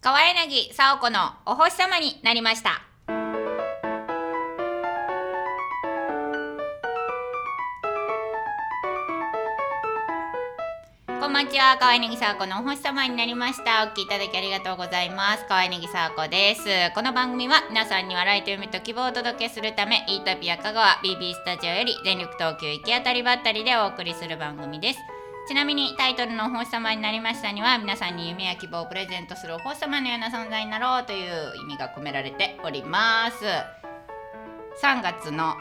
川柳沙央子のお星様になりましたこんばんちは川柳沙央子のお星様になりましたお聞きいただきありがとうございます川柳沙央子ですこの番組は皆さんに笑いと夢と希望をお届けするためイートピア香川 BB スタジオより全力投球行き当たりばったりでお送りする番組ですちなみにタイトルの「お星様になりました」には皆さんに夢や希望をプレゼントするお星様のような存在になろうという意味が込められております3月の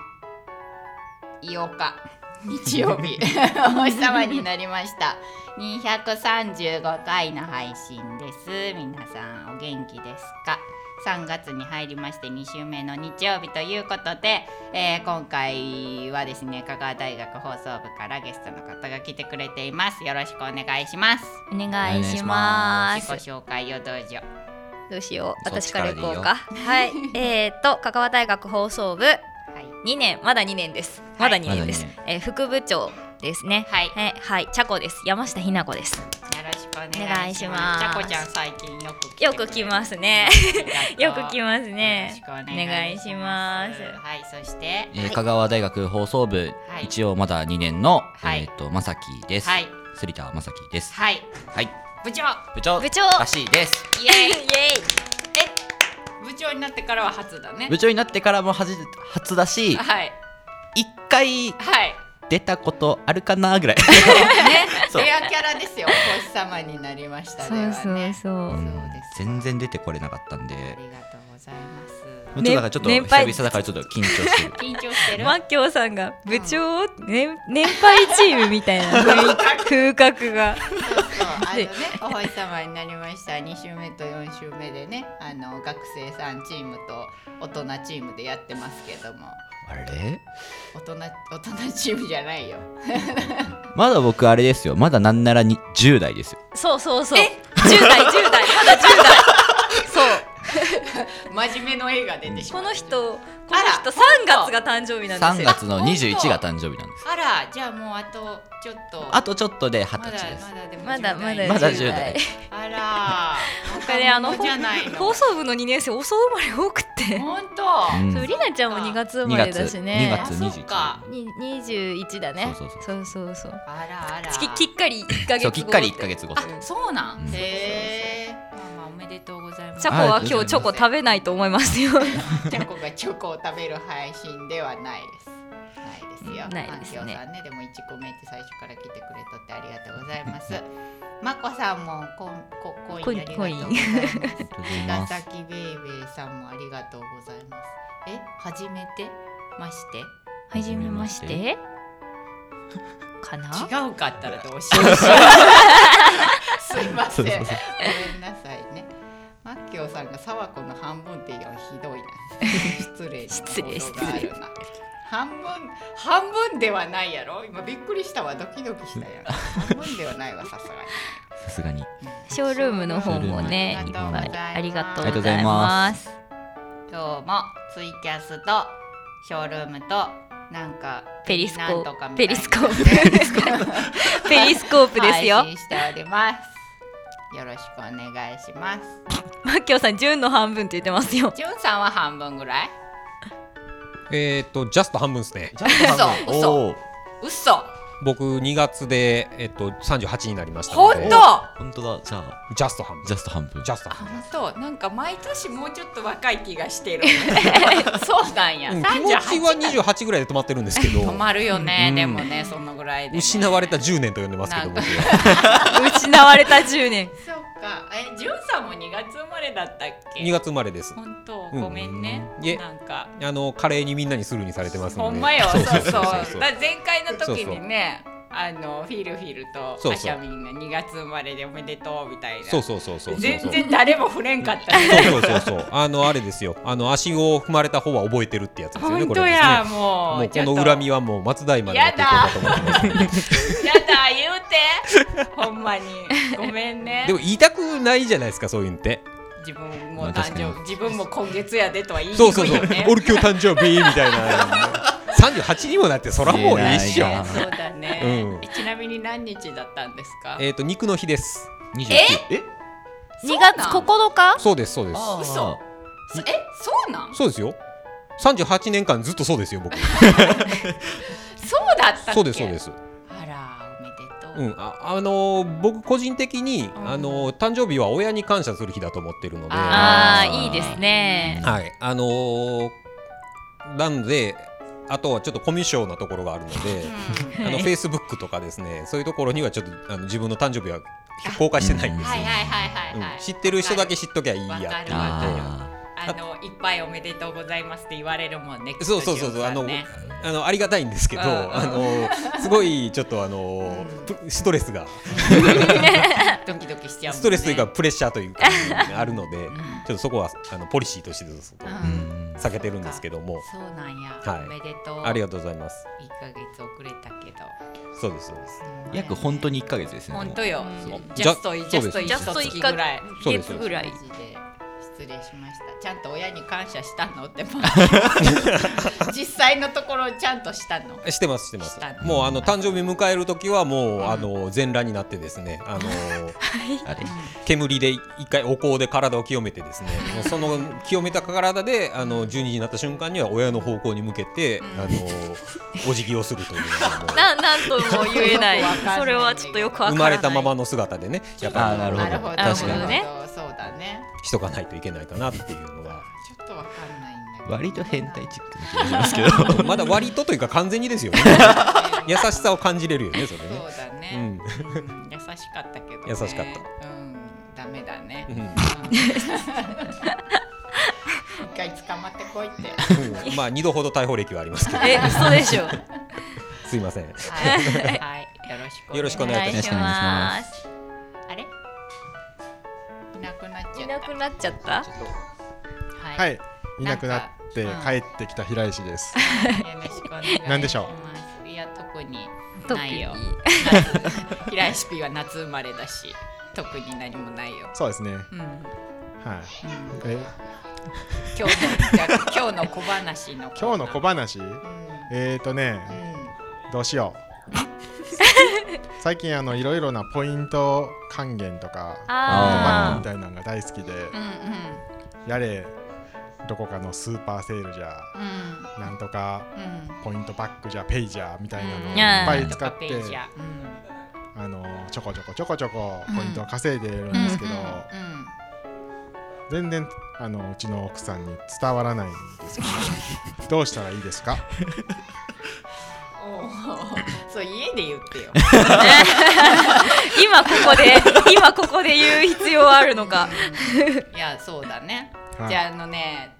8日日曜日お星様になりました235回の配信です皆さんお元気ですか3月に入りまして2週目の日曜日ということで、えー今回はですね香川大学放送部からゲストの方が来てくれていますよろしくお願いしますお願いします自己紹介をどうぞどうしようそっ私ちから行こうかかはい えっ、ー、と香川大学放送部はい2年まだ2年ですまだ2年です、まだえー副部長ですねはいはい、はい、チャコです山下ひな子ですよろしくお願いしお願ますいしますちゃこちゃん最近よく来てよくれくる来ます ねよく来 ままよろすしねくお願いします。お願いしはい、そして、えー香川大学放送部、はい一応まだ2年の、はいえっ、とまさきです。はい、杉田まさきです。はい、はい。部長、部長部長らしいです。イエーイ。イエイえ、部長になってからは初だね部。長になってからも初初だし、はい、一回はい。出たことあるか なぐらい。ね、そうレアキャラですよ。お星様になりましたではね。そううんんです全然出てこれなかったんであ、りがとうございます。。ちょっとだからちょっと年久配々だからちょっと緊張してる 緊張してる。マッキョさんが部長、年年配チームみたいな雰囲気風格 がそうそうあの ね、お星様になりました。2週目と4週目でね、あの学生さんチームと大人チームでやってますけども、あれ？大人大人チームじゃないよ。まだ僕あれですよ。まだなんならに10代ですよ。そうそうそう10代10代まだ10代そ う真面目の映画出てしまこうの人こあらの人3月が誕生日なん3ですよ月の21が誕生日なんです。あらじゃあもうあとちょっとあとちょっとで20まだ歳です。まだでもまだまだまだ10 10代代 あらこれあの若者じゃないの放送部の2年生遅生まれ多くて本当うんそうりなちゃんも2月生まれだし2ね月あ21そうかに21だねそうそうそうそうそうあらあらききっかり1ヶ月そ後うきっかり1ヶ月後あそうなん、うんへえまあまあおめでとうございますチャコは今日チョコ食べないと思いますよチャコがチョコを食べる配信ではないですないですよないですねマキオさんねでもいちコメント最初から来てくれとってありがとうございますまこさんもこんこコインありがとうございコインますありがとうございま長す崎ベイベーさんもありがとうございます。え、初めてましてはじじめめままししててかな違うかったらどうしよう。すいません。ごそうめそうそんなさいね。マッキョさんがサワコの半分っていうのはひどいな。失礼失礼な報道があるな。半分半分ではないやろ。今びっくりしたわ。ドキドキしたやろ。半分ではないわさすがに。さすがにショールームの方もねショールームいっぱいありがとううござございいまます今日もツイキャスとショールームとなんかペリスコなんとかみたープペいなリスコープペリスコープペリスコープですよ配信しております。よろしくお願いします。マッキョさん純の半分って言ってますよ じゅんさんは半分ぐらい。えー、とジャスト半分ですね。嘘嘘おー嘘。僕2月でえっ、と38になりました本ので。当。本当だじゃあジャスト半分。ジャスト半分ジャスト半本当なんか毎年もうちょっと若い気がして る。そうなんや。分。うん、気三持十ち八。は28ぐらいで止まってるんですけど止、まるよねう。んでもねそのぐらいでね。失われた10年と呼んでますけどなんか僕は。失われた10年 そっか。えじゅんさんも二月生まれだったっけ。 2月生まれです。本当うんごめんね。いえなんか。あの華麗にみんなにスルーにされてますので。ほんまよ、そうそう。だから前回の時そうにそね、あのフィルフィルとそうそうアシャミンが2月生まれでおめでとうみたいな。そうそうそうそうそうそう。全然誰も触れんかったね。そうそうそうそう。あのあれですよ。あの足を踏まれた方は覚えてるってやつですよね。本こ当れですや、ね。もう。もうこの恨みは。はもう松代までやっていこうかと思ってます。 やだ、言うて。ほんまに。ごめんねで。も言いたくないじゃないですかそういうのって。自分まもあ誕確かに生日、自分も今月やでとは言いにそうそくういそうよね。。俺今日誕生日みたいな。三十八にもなってそらもういいっしょ。言えないなそうだねう。んちなみに何日だったんですかえっと肉の日です。 29えそう2なん月9日そうですそうです嘘そえそうなんそうですよ38年間ずっとそうで すよ僕そうだったっけそうですそうですあらおめでとう、うん、ああのー僕個人的に、んあのー誕生日は親に感謝する日だと思ってるので、はああーーいいですねい、あのーなんであとはちょっとコミュ障なところが あるので、うあはのいフェイスブックとかですね、そういうところにはちょっとあの自分の誕生日は公開してないんんですよはいはいはいはい、はうんい知ってる人だけ知っときゃいいやってわかるわかるなっああのいっぱいおめでとうございますって言われるもんね。てそうそうそうそうあのね、あのありがたいんですけど、うんうんあのーすごいちょっとあのープストレスが ドキドキしちゃうもんね。ストレスというかプレッシャーというかあるので、ちょっとそこはあのポリシーとしてですう、ーうんん避けてるんですけども、そうなんや。はいおめでとう。ありがとうございます。一ヶ月遅れたけど。そうですそうです。約本当に1ヶ月ですね本当よそう。ジャストイジじゃャストイジャスト一1ヶ月ぐらい。そヶうです月ぐらいマジで失礼しました。ちゃんと親に感謝したのって。 実際のところちゃんとしたの。してますしてましすたね。もうあの誕生日迎える時はもう、んあの全裸になってですね、あのあれ煙で一回お香で体を清めてですね、もうその清めた体であの12時になった瞬間には親の方向に向けて、あのお辞儀をするというのがもう ななんとも言えない よくわかんないそれはちょっとよくわからない生まれたままの姿でね、やっあーなぱるりほど確かにね。そうだね。しとかないといけないかなっていうのが。ちょっとわかんないんだけど。割と変 態チックな気がしますけどまだ割とというか完全にですよね。優しさを感じれるよね、それそうね。だうね。んうん優しかったけど、ね。優しかっうん、ダメだね。ううん ん一回捕まってこいって。うんまあ二度ほど逮捕歴はありますけど、え嘘で しょすいません。はい、はい、よろしく。よろしくお願いいたしますあれ。いなくなっちいゃなっくなっちゃったた。は、はいい、いなくなってなんか帰ってきた平 石です。よろしくお願いします。なんでしょいや、特に。特ないによ。平石 P は夏生まれだし、特に何もないよ。そうですね。うん、うんはい。え、今日の、じゃあ今日の小話のコーナー。今日の小話？うん。えーとうね、んどうしよ う。最近あのいろいろなポイント還元とかあーみたいなのが大好きで、うんやれどこかのスーパーセールじゃうんうんなんとかうんポイントバックじゃペイじゃみたいなのをういんっぱいと使かっページてやうんあのちょこちょこちょこちょこポイントを稼いでるんですけど、うんうんうん全然あのうちの奥さんに伝わらないんですよ、ね、どうしたら いいですかおーそう家で言ってよ。今ここで 今ここで言う必要はあるのかいやそうだね。はいじゃああのね、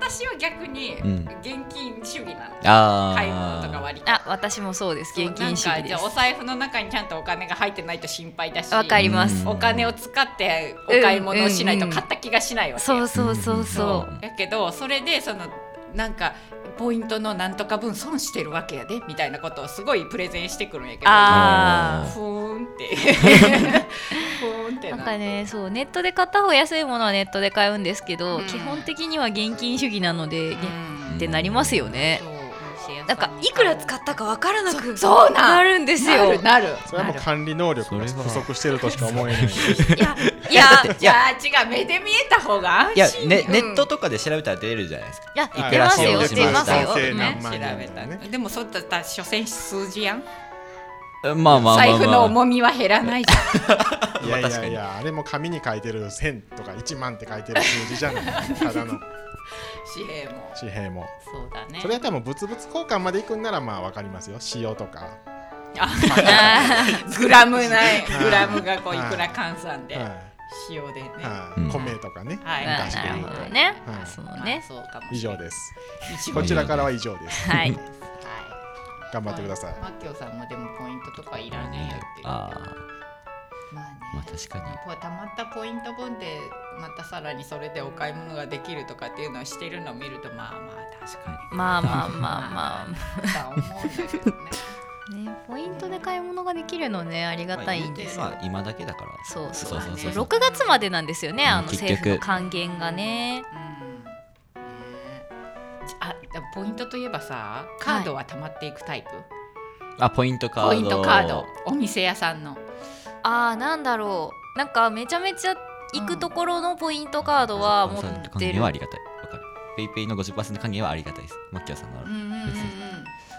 私は逆にうん現金主義なの。あ買い物とか割り勘。あ私もそうです現金主そうなんか義でじゃあおす財布の中にちゃんとお金が入ってないと心配だし。わかります、うんお金を使ってお買い物をしないと買った気がしないわけ。そうそうそうそう、やけどそれでそのなんかポイントのなんとか分損してるわけやでみたいなことをすごいプレゼンしてくるんやけどあふーんってふーんってーななんかねそうネットで買った方が安いものはネットで買うんですけど、うん基本的には現金主義なので、うげんってなりますよねそうなんかいくら使ったかわからなくそうなんなるんですよなるなるそれはもう管理能力が不足してるとしか思えないいやいいややじゃあ違う目で見えた方がいや安心ねよネットとかで調べたら出るじゃないですかいやはい出ますよい出ますよ男、性うんなん調べたねでもそうだったら所詮数字やんまあまあまあまあ財布の重みは減らないじゃんいやいやいやあれも紙に書いてる1000とか1万って書いてる数字じゃないただの紙幣も紙幣もそうだ ねそれやったらもう物々交換まで行くんならまあわかりま すよ塩とか、あグラムないはいグラムがこういくら換算では塩でねいははういん米とかねいまあ昔でな言るうとほどね、はいそうまあねそうかも以しれな上いです一 こ番ちらからは以上ですはいは頑張ってくださいマッキョさんもでもポイントとかいらねえよっていうあまあねーまあ確かにこうたまったポイント分でまたさらにそれでお買い物ができるとかっていうのをしてるのを見るとまあまあ確かまあまあまあまにとは思うんだけどねあ、ね、ポイントで買い物ができるのねありがたいんですよ、まあ今だけだからそうそうそそうそううそう6月までなんですよね、うんあの結政局府の還元がね。うんねえあでもポイントといえばさカードはたまっていくタイプ、あポイントカードポイントカードお店屋さんのああなんだろうなんかめちゃめちゃ行くところのポイントカードは持そのっ還て元るはありがたい。わかる。ペイペイの50%還元はありがたいです。マッキアさんならうん。うんうんうん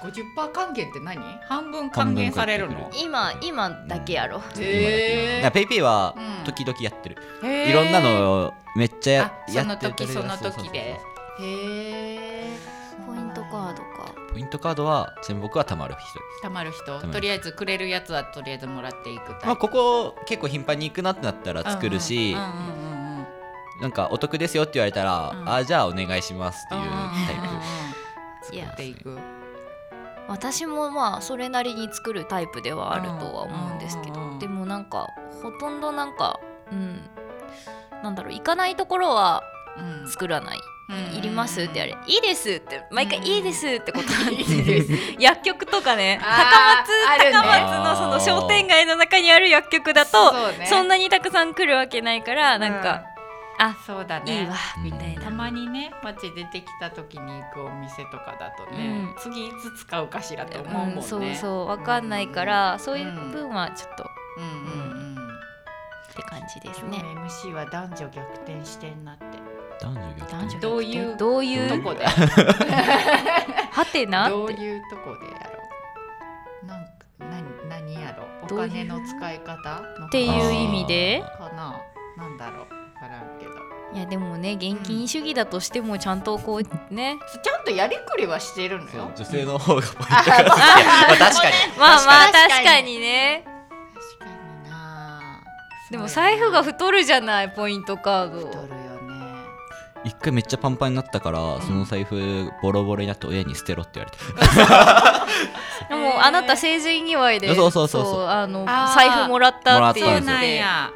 50%還元って何半分還元されるの今今だけやろへだかーらペイペイはうん時々やってる。へーいろんなのめっちゃあやってるから。その時そうその時そうそうそうでへえポイントカードかポイントカードはちなみに僕は貯まる人です。たまる人まるとりあえずくれるやつはとりあえずもらっていくタイまあここ結構頻繁に行くなってなったらプ作るし、うんうんうんうんうんなんかお得ですよって言われたら、うんあじゃあお願いしますっていうタイいやっやていく私もまあそれなりに作るタイプではあるとは思うんですけうんうんうんうどんでもなんかほとんどなんかうんなんだろう行かないところは作らない「いります?」ってあれ「いいです」って毎回う「んいいです」ってことなんです 薬局とかねあ高ー松あるね高松のその商店街の中にある薬局だとそうねそんなにたくさん来るわけないからなんかあそうだねいいわみたいうんたなまにね街出てきた時に行くお店とかだとね、うん次いつ使うかしらと思うもんね、うんそうそうわかんないからそういう分はちょっとっうんうんうんて感じです今日ねの MC は男女逆転してんなってプ。男女逆転男女どういうどういどうこではてなどっうていうとこでやろうなんか何何やろうおどういう金の使い方のっていう意味でかななんだろう分からんけどいやでもね現金主義だとしてもちゃんとこうねそうちゃんとやりくりはしてるのそうよ女性の方がポイント カード。まあ確かに。まあまあ確かに確かにね確かになでも財布が太太るじゃないポイントカーるよドね一回めっちゃパンパンになったから、その財布ボロボロになって親に捨てろって言われた。でもあなた成人祝いでそうそうそうそうあのあー財布もらったってもらいっうたのんでや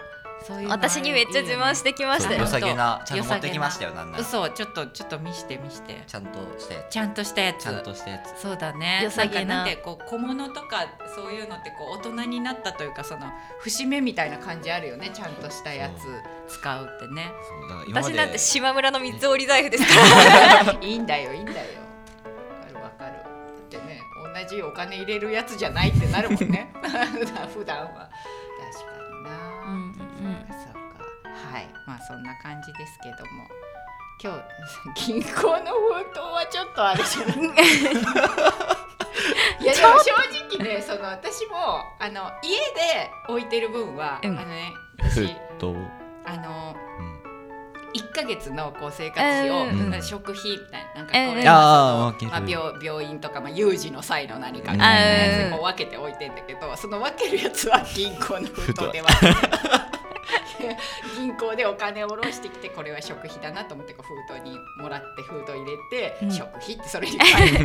そういうのある私にめっちゃ自慢してきましたそうよ良さげな、ちゃんと良さ持げなってきましたよ、なんなら。ち嘘ちょっとちょっと見して見してゃんとしたやつ。ちゃんとしたやつちゃんとしたやつ。そうだね良さげななんかんてこう小物とかそういうのってこう大人になったというかその節目みたいな感じあるよねちゃんとしたやつ使うって ねそうだから今まで私なんて島村の三つ折り財布ですからいいんだよいいんだよわかるわかるだってね同じお金入れるやつじゃないってなるもん ね 普段は確かにな、うんうんそうかはいまあそんな感じですけども今日 銀行の封筒はちょっとあれ じゃないいやでも正直ねその私もあの家で置いてる分は、うんあのねえ私っと、うあのん。 1ヶ月のこう生活費を、うんうん食費みたいななんかこうんれあーはそのわまけあ、る病病院とか、まあ、有事の際の何かうんみたいなやつをこう分けて置いてんだけどその分けるやつは銀行の封筒で分けて 銀行でお金を下ろしてきてこれは食費だなと思ってこう封筒にもらって封筒入れて、うん食費ってそれに書いて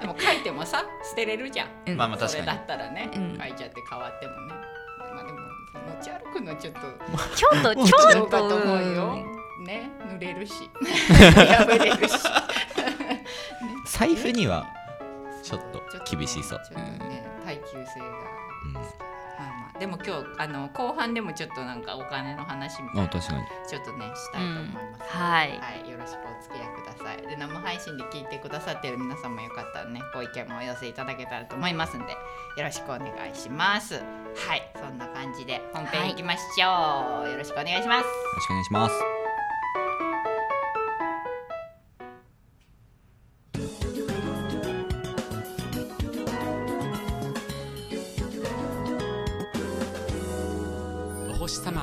でも書いてもさ捨てれるじゃん。うんまあまあそ確れかだに。ったらね、うん書いちゃって変わってもねまあでも持ち歩くのちょっとちょっ とちちょょっっとと思うよ。ね、濡れる し、破れるし。財布には、ちょっと厳しそう。ちょっとね、耐久性が。うんまあまあ、でも今日あの後半でもちょっとなんかお金の話みたいあ、な確かに。ちょっとねしたいと思います、はいはい、よろしくお付き合いくださいで生配信で聞いてくださってる皆さんもよかったらねご意見もお寄せいただけたらと思いますんでよろしくお願いしますはいそんな感じで本編いきましょう、よろしくお願いしますよろしくお願いします。お星さま。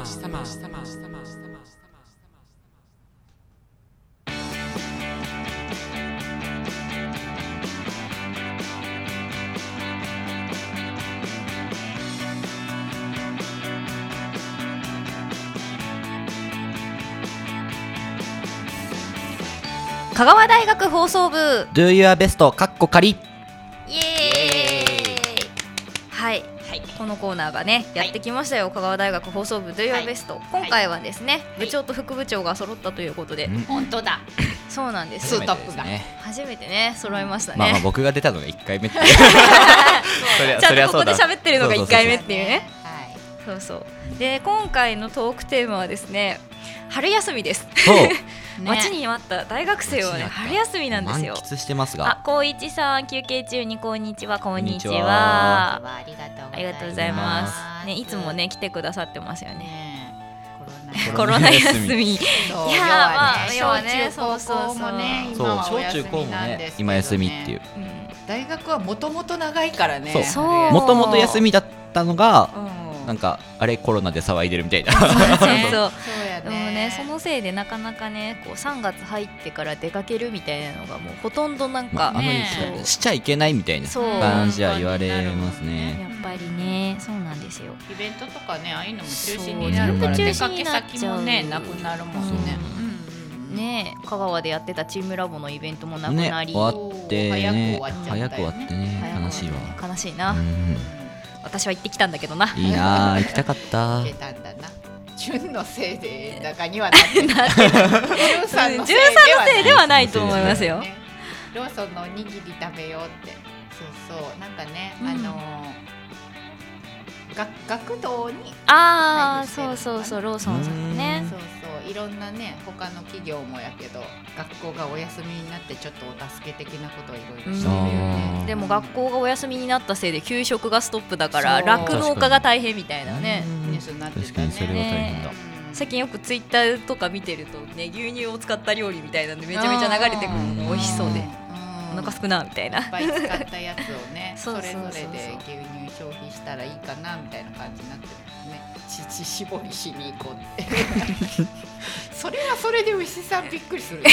香川大学放送部 Do your best、カッコ仮。イエーイはい、このコーナーがねやってきましたよ、香川大学放送部 Do Your はい Best、今回はですね、い部長と副部長が揃ったということで、うん本当 だそうなんですスートップが初めてですね初めてね揃いましたね、まあまあ僕が出たのが1回目っていうそりゃちそりゃゃんとこそこうでだ喋ってるのが1回目っていうねはいそうそうで今回のトークテーマはですね春休みです、そう待ちに待った大 学生はね待ちに待った春休みなんですよ満喫してますあが高一さん休憩中にこんにちはこんにちはこんにちはありがとうありがとうございますありがとうございますねいつもね来てくださってますよねねえコロナコロナ休みそういやー要はね、まあ要は小ね中高校もね、そう今はお小中休高もみなんでねすけどね今休みっていう大学はもともと長いからねそうそうもともと休みだったのうがんなんかあれコロナで騒いでるみたいな そうそうやねでもねそのせいでなかなかねこう3月入ってから出かけるみたいなのがもうほとんどなん まか、ああのねえしちゃいけないみたいなそう感じは言われますねやっぱりねそうなんですよイベントとかねああいうのも中止になるからそう出かけ先もね全部中止にななっくちゃうなるもんね。うんうんうんねえ香川でやってたチームラボのイベントもなくねなり、終わってね早早く終く終わっちゃわっったよねてね早悲くしいわ悲しいな、うん私は行ってきたんだけどないいなあ行きたかったいけたんだな。純のせいで中にはなって ない。純さんの13のせいでははないと思いますなよいね。ローソンのおにぎり食べようって。そうそうなんかねうんあのーが学童にああそうそうそうローソンさんねそうそういろんなね他の企業もやけど学校がお休みになってちょっとお助け的なことをいろいろしてるよねう。んでも学校がお休みになったせいで給食がストップだからそう酪農家が大変みたいなねニュースになってたね確かにそれは大変だうん最近よくツイッターとか見てるとね牛乳を使った料理みたいなんでめちゃめちゃ流れてくるのあー美味しそうでおお腹すくなみたいないっぱい使ったやつをね そそうそうそうそうれぞれで牛乳消費したらいいかなみたいな感じになってますね乳搾りしに行こうって それはそれで牛さんびっくりするよね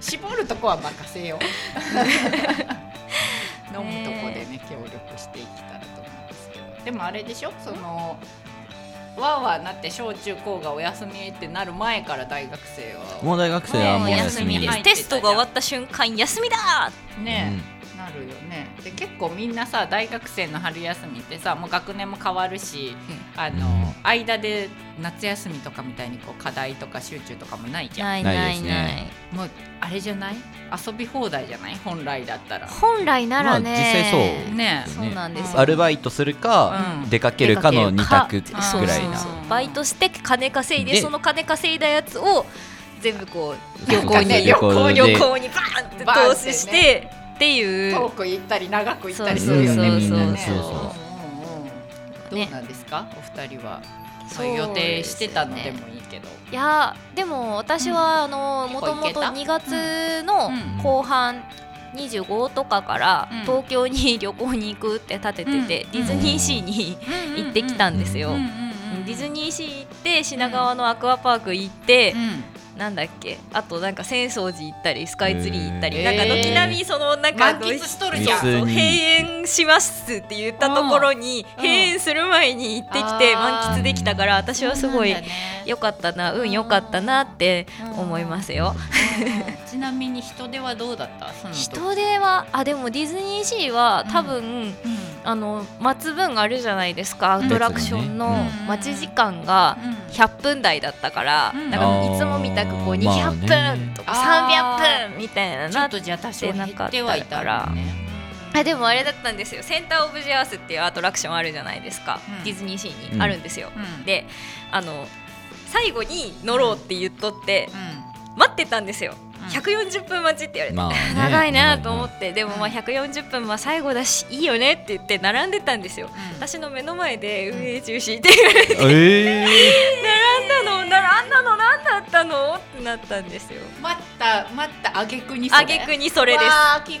絞るとこは任せ よう飲むとこでね協力していけたらと思うんですけどでもあれでしょそのわーわーなって小中高がお休みってなる前から大学生はもう大学生はもう休みもうで休すみテストが終わった瞬間休みだね、なるよねで結構みんなさ大学生の春休みってさもう学年も変わるし、あのうん間で夏休みとかみたいにこう課題とか集中とかもないじゃんないいなないいなないいもうあれじゃない遊び放題じゃない本来だったら本来ならね、まあ実際そうねそうなんですよアルバイトするか、うん出かけるかの二択くからいなそうそうそうバイトして金稼いででその金稼いだやつを全部こうそ旅うそう行に旅行で旅行にバーンってバーン投ってね資してっていう遠く行ったり長く行ったりすそうるよねそうみんなねそうそううんうんうんどうなんですかお二人はそういう予定してたのでもいいけどいやーでも私は、あのも結と構もいけとた2月のうん後半25とかからうん東京に旅行に行くって立ててて、うんディズニーシーに行ってきたんですよ。ディズニーシー行って品川のアクアパーク行って、なんだっけあとなんか浅草寺行ったりスカイツリー行ったり、へーなんか軒並みそのなんか満喫しとるじゃんそうディズニ閉ー園しますって言ったところにうん閉園する前に行ってきてあー満喫できたから私はすごいそうなんだね良かったな運良かったなって思いますよ。うん ちなみに人手はどうだったその時人手はあでもディズニーシーは多分、うんあの待つ分あるじゃないですかアトラクションうんの待ち時間が100分台だったから、うんだからいつもみたくこうあーまあ200ね分とか300分みたいなちょなっとじゃあ多少減ってはいたんだねあでもあれだったんですよセンター・オブ・ジェ・アースっていうアトラクションあるじゃないですか、うんディズニーシーうにんあるんですよ、うんであの最後に乗ろうって言っとってう、ん待ってたんですよ、うん140分待ちって言われて、まあね長いなと思って、でもまあうん140分は最後だしいいよねって言って並んでたんですよ、うん私の目の前で運営中止って言われてええ 並んだの並んだの何だったのってなったんですよ待った待ったあげくにそれあげくににそれでわあきつ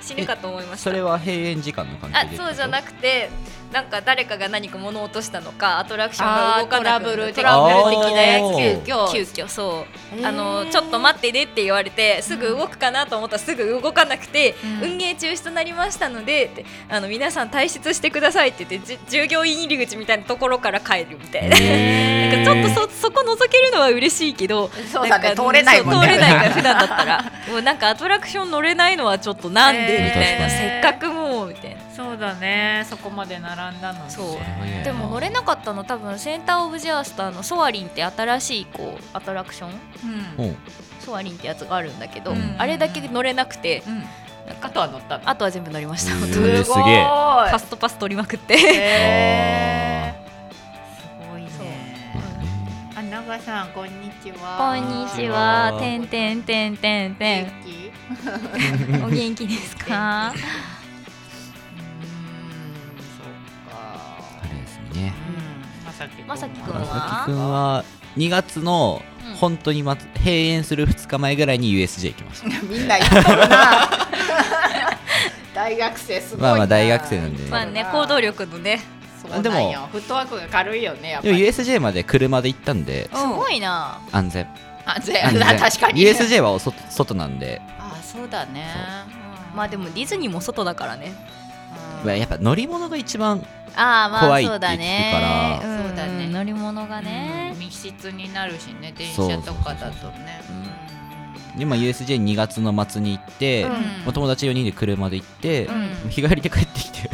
す死ぬかと思いましたそれは閉園時間の関係あでってことそうじゃなくてなんか誰かが何か物を落としたのかアトラクションが動かなくなるトトララブルブ的ル的ななややつおー急遽つ急遽そへうーあのちょっと待ってねって言われてすぐ動くかなと思ったらすぐ動かなくて、うん運営中止となりましたのでってあの皆さん退出してくださいって言ってじ従業員入り口みたいなところから帰るみたいな。なえんかーちょっとそそこ覗けるのは嬉しいけどそうだねんか通れないもんねそう通れない から普段だったらもうなんかアトラクション乗れないのはちょっとなんでみたいへなーせっかくもうみたいなそうだねそこまで並んだのにそうえーでも乗れなかったの多分センター・オブ・ジェアスターのソアリンって新しいこうアトラクションうんおうソアリンってやつがあるんだけど、うんあれだけ乗れなくてうんなんかあとは乗ったのあとは全部乗りました、へー本当にえーすげえファーストパス取りまくってへあーすごいそうねーねあ、長さん、こんにちこは。んにちこはんにちはてんてんてんてんて元ん気。お元気です うーん、そっかかあ。れですねうん、まさきくんまさきくんまさはきくんは2月の本当にまつ閉園する2日前ぐらいに USJ 行きましたみんな言っとる な大学生すごいなまあまあ大学生なんでまあね行動力のねそうなんよでもフットワークが軽いよねやっぱでもり USJ まで車で行ったんですごいな安全あぜ安全確かに USJ はお外外なんで、あそうだねうんまあでもディズニーも外だからねまあやっぱ乗り物が一番ああまあ怖いってそうだ言ねってたからそうだねん乗り物がうねん密室になるしね電車とかだとねそうそうそうそう今 USJ2 月の末に行って、お友達4人で車で行って、う日帰りで帰ってきて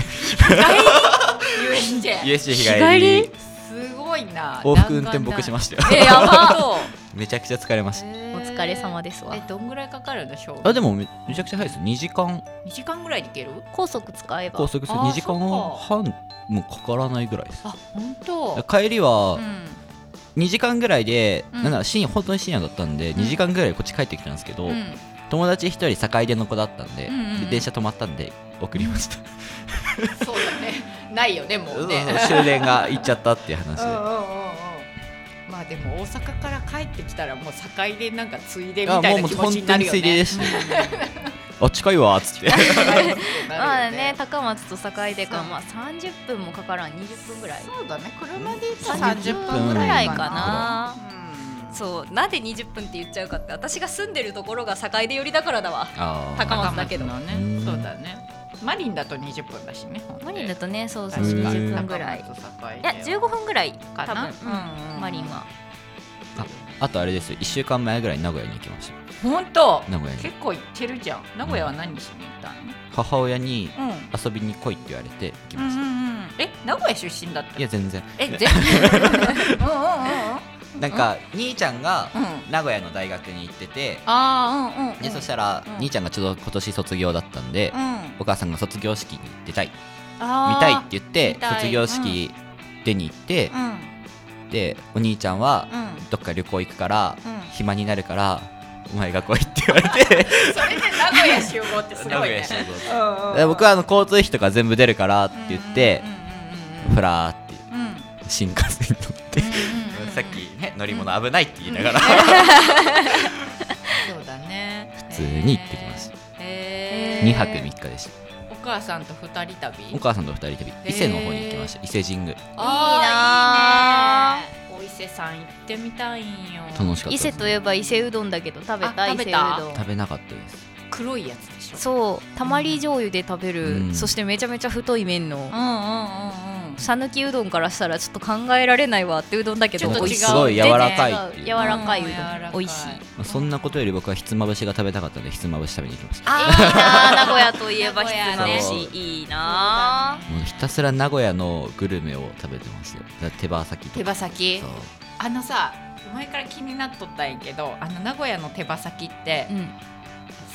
USJ USJ 日帰りすごいな往復運転僕しまましたよえやばめちゃくちゃ疲れました お疲れ様ですわえどんぐらいかかるの勝負あでもめめちゃくちゃ早いです2時間2時間ぐらいで行ける高速使えば高速するあー2時間半もかからないぐらいですあ本当帰りうはん2時間ぐらいで、うんなんだ深夜本当に深夜だったんで、ん2時間ぐらいこっち帰ってきたんですけど、うん友達1人坂出の子だったんで,で、うんうんうん電車止まったんで送りました、そうだね ないよねもうね 終電が行っちゃったっていう話うんうんうんうで。んまあでも大阪から帰ってきたらもう境でなんかついでみあたもういなもう気持本ちに当なるによついでね で。した あ近いわーっつってまなあるよね高松と堺でかまあ30分もかからん20分ぐらいそうだね車で三十30分分ぐぐららいいかかな。なそうなんで20分って言っちゃうかって私が住んでるところが境で寄りだからだわあ高松だけどうねんそうだねマリンだと二十分だしねマリンだとねそうそう確かに20分ぐらいいやい15分ぐらいかな多分、うんマリンはあとあれですよ1週間前ぐらいに名古屋に行きました本当名古屋に結構行ってるじゃん名古屋は何しに行った母親にの遊びに来いって言われて行きました、え名古屋出身だったいや全然え全 部うんうんうんうんなんか兄ちゃんがうん名古屋の大学に行っててああうんうんうんでそしたらうん兄ちゃんがちょうど今年卒業だったんでうんお母さんが卒業式に出たいあー見たいって言って見たい卒業式出に行ってうんでお兄ちゃんはうんどっか旅行行くからうん暇になるからお前が来いって言われてそれで名古屋集合 ってす名ごい古屋ね集合うんうんで僕はあの交通費とか全部出るからって言ってふらーってうんうんうんうんうん新幹線に乗ってうんうんうん さっきね乗り物危ないって言いながらそうだね普通に行ってきました へー2泊3日でしたお母さんと二人旅お母さんと2人旅伊勢の方に行きました伊勢神宮あーいいなお伊勢さん行ってみたいんよ楽しかった伊です勢といえば伊勢うどんだけど食べあた伊食べ勢うたどん食べなかったです黒いやつでしょそうたまり醤油で食べる、うんそしてめちゃめちゃ太い麺のうんうんうんうん讃岐うどんからしたらちょっと考えられないわってうどんだけどちょっと美味しいすごい柔らかいってい全然う違う柔らかいうどん美味しいまあそんなことより僕はひつまぶしが食べたかったのでひつまぶし食べに行きましたあいいな名古屋といえばひつまぶそうしいいなもうひたすら名古屋のグルメを食べてましたよだから手羽先とか手羽先そうあのさ前から気になっとったんやけどあの名古屋の手羽先ってうん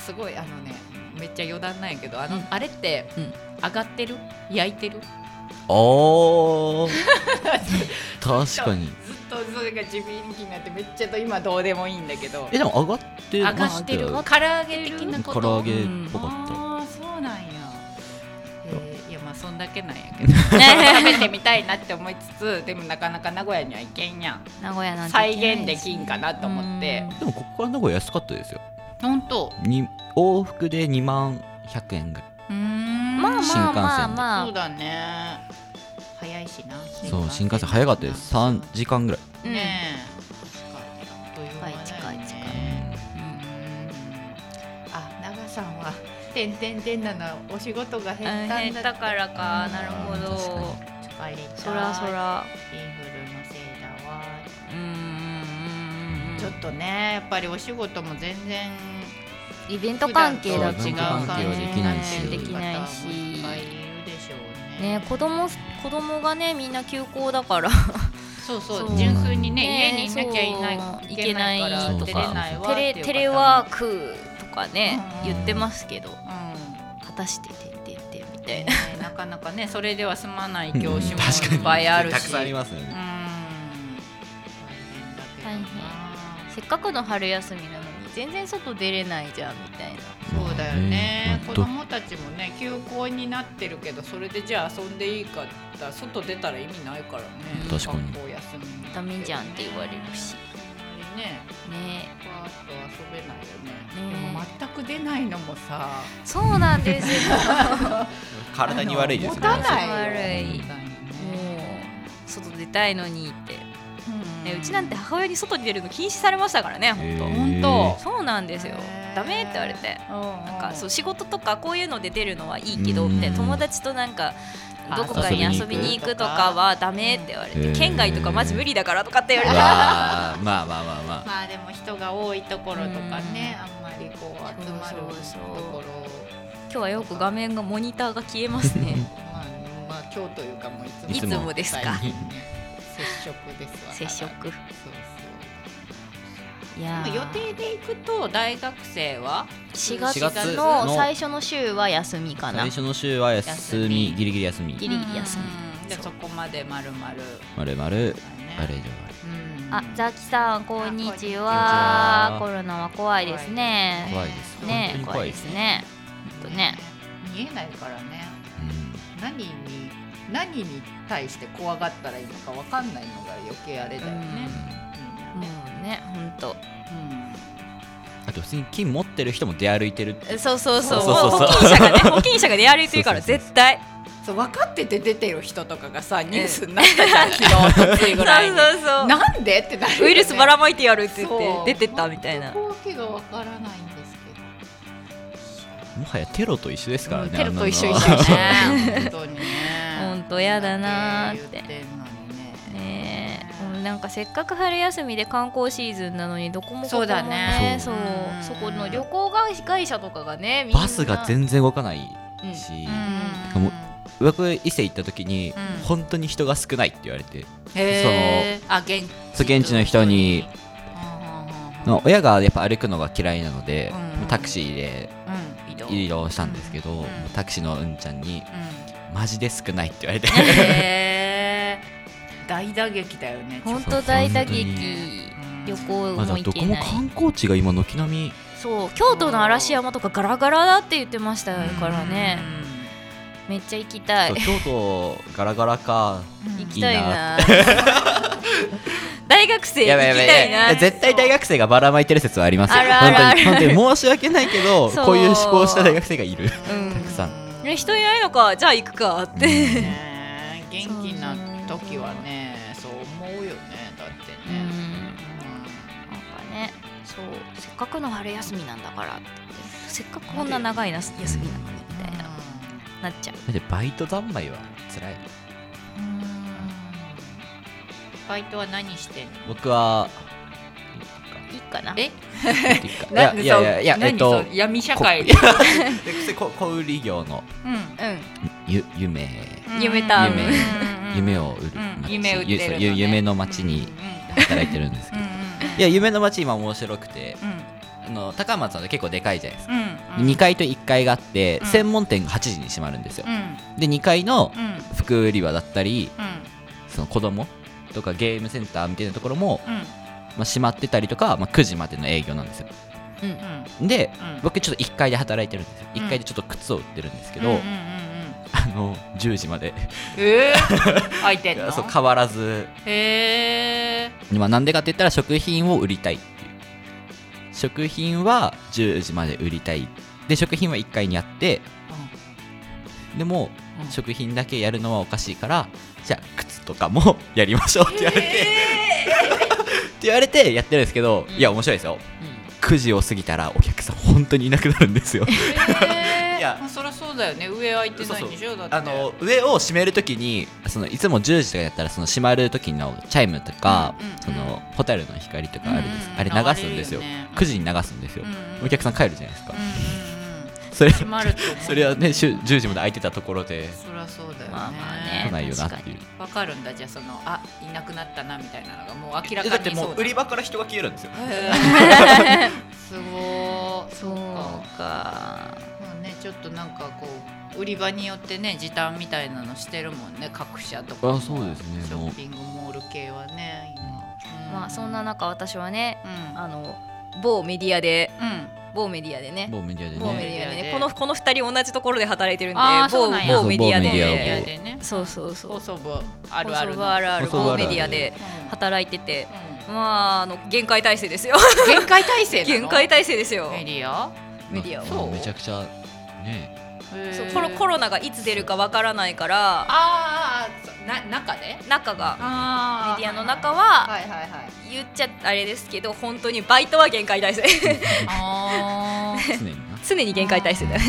すごいあのねめっちゃ余談なんやけどあの、うんあれって、うん上がってる焼いてるおー 確かにずっとそれが地味に気になってめっちゃ今どうでもいいんだけどえでも上がって上まがしったてるよ唐揚げ的なこと唐揚げっぽかった、ああそうなんや、えーいやまあそんだけなんやけど食べてみたいなって思いつつでもなかなか名古屋には行けんやん名古屋なんて再現できんかなと思ってでもここから名古屋安かったですよ本当に往復で2万100円ぐらいうんまあ新幹まあ線でまあそうまだね早いしなそう新幹線早かったです3時間ぐらいあねねえあっという間だよね近い近い近いうんあ長さんはてんてんてんなのお仕事が減ったんだって減ったからかなるほど確かに疲れたそらそらインフルのせいだわうんうんうんちょっとねやっぱりお仕事も全然イベント関係だとそうイベント関係はできないしできないしいっぱいいるでしょうねね子供子供がねみんな休校だからそうそうそう純粋にねね家にいなきゃいないそういけないからいけな出いれないわっテていう方もレテレワークとかねうん言ってますけどうん果たしててんてんてんみたい ねななかなかねそれでは済まない業種もうん確かにいっぱいあるし、たくさんありますようねん大変だけどな大変せっかくの春休みなのに全然外出れないじゃんみたいなそうだよね、まあ子ど供たちもね休校になってるけどそれでじゃあ遊んでいいかって言ったら外出たら意味ないからね確学校休かにみになってダメじゃんって言われるしあれねねパーッと遊べないよねねでも全く出ないのもさそうなんです よ体に悪いです持ねたないよ悪いみたいなねもう外出たいのにって、うねうちなんて母親に外に出るの禁止されましたからね本当、へー本当そうなんですよダメって言われてななんかそうし仕事とかこういうので出るのはいいけどうんみたいな友達となんかあどこかに遊遊びびにに行行くくとかはダメって言われてうん県外とかマジ無理だからとかって言われうてわーまあまあまあまあまあでも人が多いところとかね、あんまりこう集まるところそうそう今日はよく画面がモニターが消えますねまあ、まあ、今日というかもういつもいつもですか接触ですわ接そ触うそういやでも予定で行くと大学生は4 4月月のの最初の週は休みかな最初の週は休みギリギリ休みギリギリ休みうんじゃあそこまでまるまるまるまるあれねじゃうんあザキさんこんにちはあこコんロナは怖いですね怖いですね本当に怖怖いいでですすねほんとね見えないからね悪何に何に対して怖がったらいいのかわかんないのが余計あれだよね、もうね本当いあと普通に金持ってる人も出歩いてるそうそうそうそうそうそうもう保険者がね保険者が出歩いてるからそうそうそう絶対うんそう分かってて出てる人とかがさニュースになったじゃん 昨日おとついぐらいにそうそうそうなんでってなるよね ウイルスばらまいてやるって言そっうて出てったみたいな本当わけがわからないんですけどもはやテロと一緒ですからねテロと一緒あん一なのは緒一緒ね本当にね本当やだなーって言ってんのにねねえもうなんかせっかく春休みで観光シーズンなのにどこもここそもうだねそううんそこの旅行会会社とかがねみんなバスが全然動かないうんし、うんもう僕伊勢行った時に、うん本当に人が少ないって言われてへーあ現そう現地の人にうんうんうんうんの親がやっぱ歩くのが嫌いなので、うんタクシーでうん移動移動したんですけど、うんタクシーのうんちゃんにう「マジで少ない」って言われてんへー大打撃だよね本当大打撃うん旅行まもだ行どけこなもい、観光地が今軒並みそう京都の嵐山とかガラガラだって言ってましたからね、めっちゃ行きたいそう京都ガラガラ かうんうん行きいたいな 大学生行きやばいやばいたいなや絶対大学生がばらまいてる説はありますよあるあるある本当に本当に申し訳ないけど そうこういう思考した大学生がいるうんたくさんね人いないのかじゃあ行くかって、ねえ元気な時はねそう思うよねだってうんね、 なんかねそうせっかくの春休みなんだからってせっかくこんな長いな休みなのにみたいななっちゃうだってバイト三昧は辛いバイトは何してんの僕はいいかなえ いやいやいやいやいやえっと闇社会で、でそれこ小売業のうんうゆ夢ん夢タウン夢夢を売るうん街夢売ってるのねゆそうゆ夢の街に働いてるんですけどいや夢の街今面白くてあの高松は結構でかいじゃないですか2階と1階があってうん専門店が8時に閉まるんですよで2階の服売り場だったりその子供とかゲームセンターみたいなところも、まあ、閉まってたりとか、まあ、9時までの営業なんですよで僕ちょっと1階で働いてるんですようん1階でちょっと靴を売ってるんですけど、あの10時までえー、開いてんのそう変わらずへえまあなんでかって言ったら食品を売りたいっていう食品は10時まで売りたいで食品は1階にあってでも、うん食品だけやるのはおかしいからじゃあ靴とかもやりましょうって言われて、って言われてやってるんですけど、いや面白いですよ9時を過ぎたらお客さん本当にいなくなるんですよ えー、 いやまあ、そりゃそうだよね上開いてないんでしょだってあの上を閉めるときにそのいつも10時とかやったらその閉まるときのチャイムとか、うんうんうんそのホタルの光とかあれです、うんあれ流すんですよ流れるよね9時に流すんですよ、うんうんお客さん帰るじゃないですか、うんうんうんそれ閉まると思うそれはねしゅ10時まで空いてたところでそりゃそうだよね,、まあまあね来ないよなっていうわかるんだじゃあそのあいなくなったなみたいなのがもう明らえかにだってもそう売り場から人が消えるんですよへー すごー そうかまあねちょっとなんかこう売り場によってね時短みたいなのしてるもんね各社とかもあそうですねショッピングモール系はね今、まあそんな中私はねうんあの某メディアでうん某メディアでね某メディアで某メデねィアでねねこのこの二人同じところで働いてるんであーそう某なんや某メディア某メディアをメディアででねそうそうそう放送部あるある放の送部あるある放送部某あるメあるディアで働いててうまああの限界体制ですよん限界体制なの限界体制ですよメディアメディアをまあめちゃくちゃねそうコロコロロナがいつ出るかわからないからあーあーそうな中で中があメディアの中はははいはいはい言っちゃあれですけど本当にバイトは限界体制 あー常にな常に限界体制だよね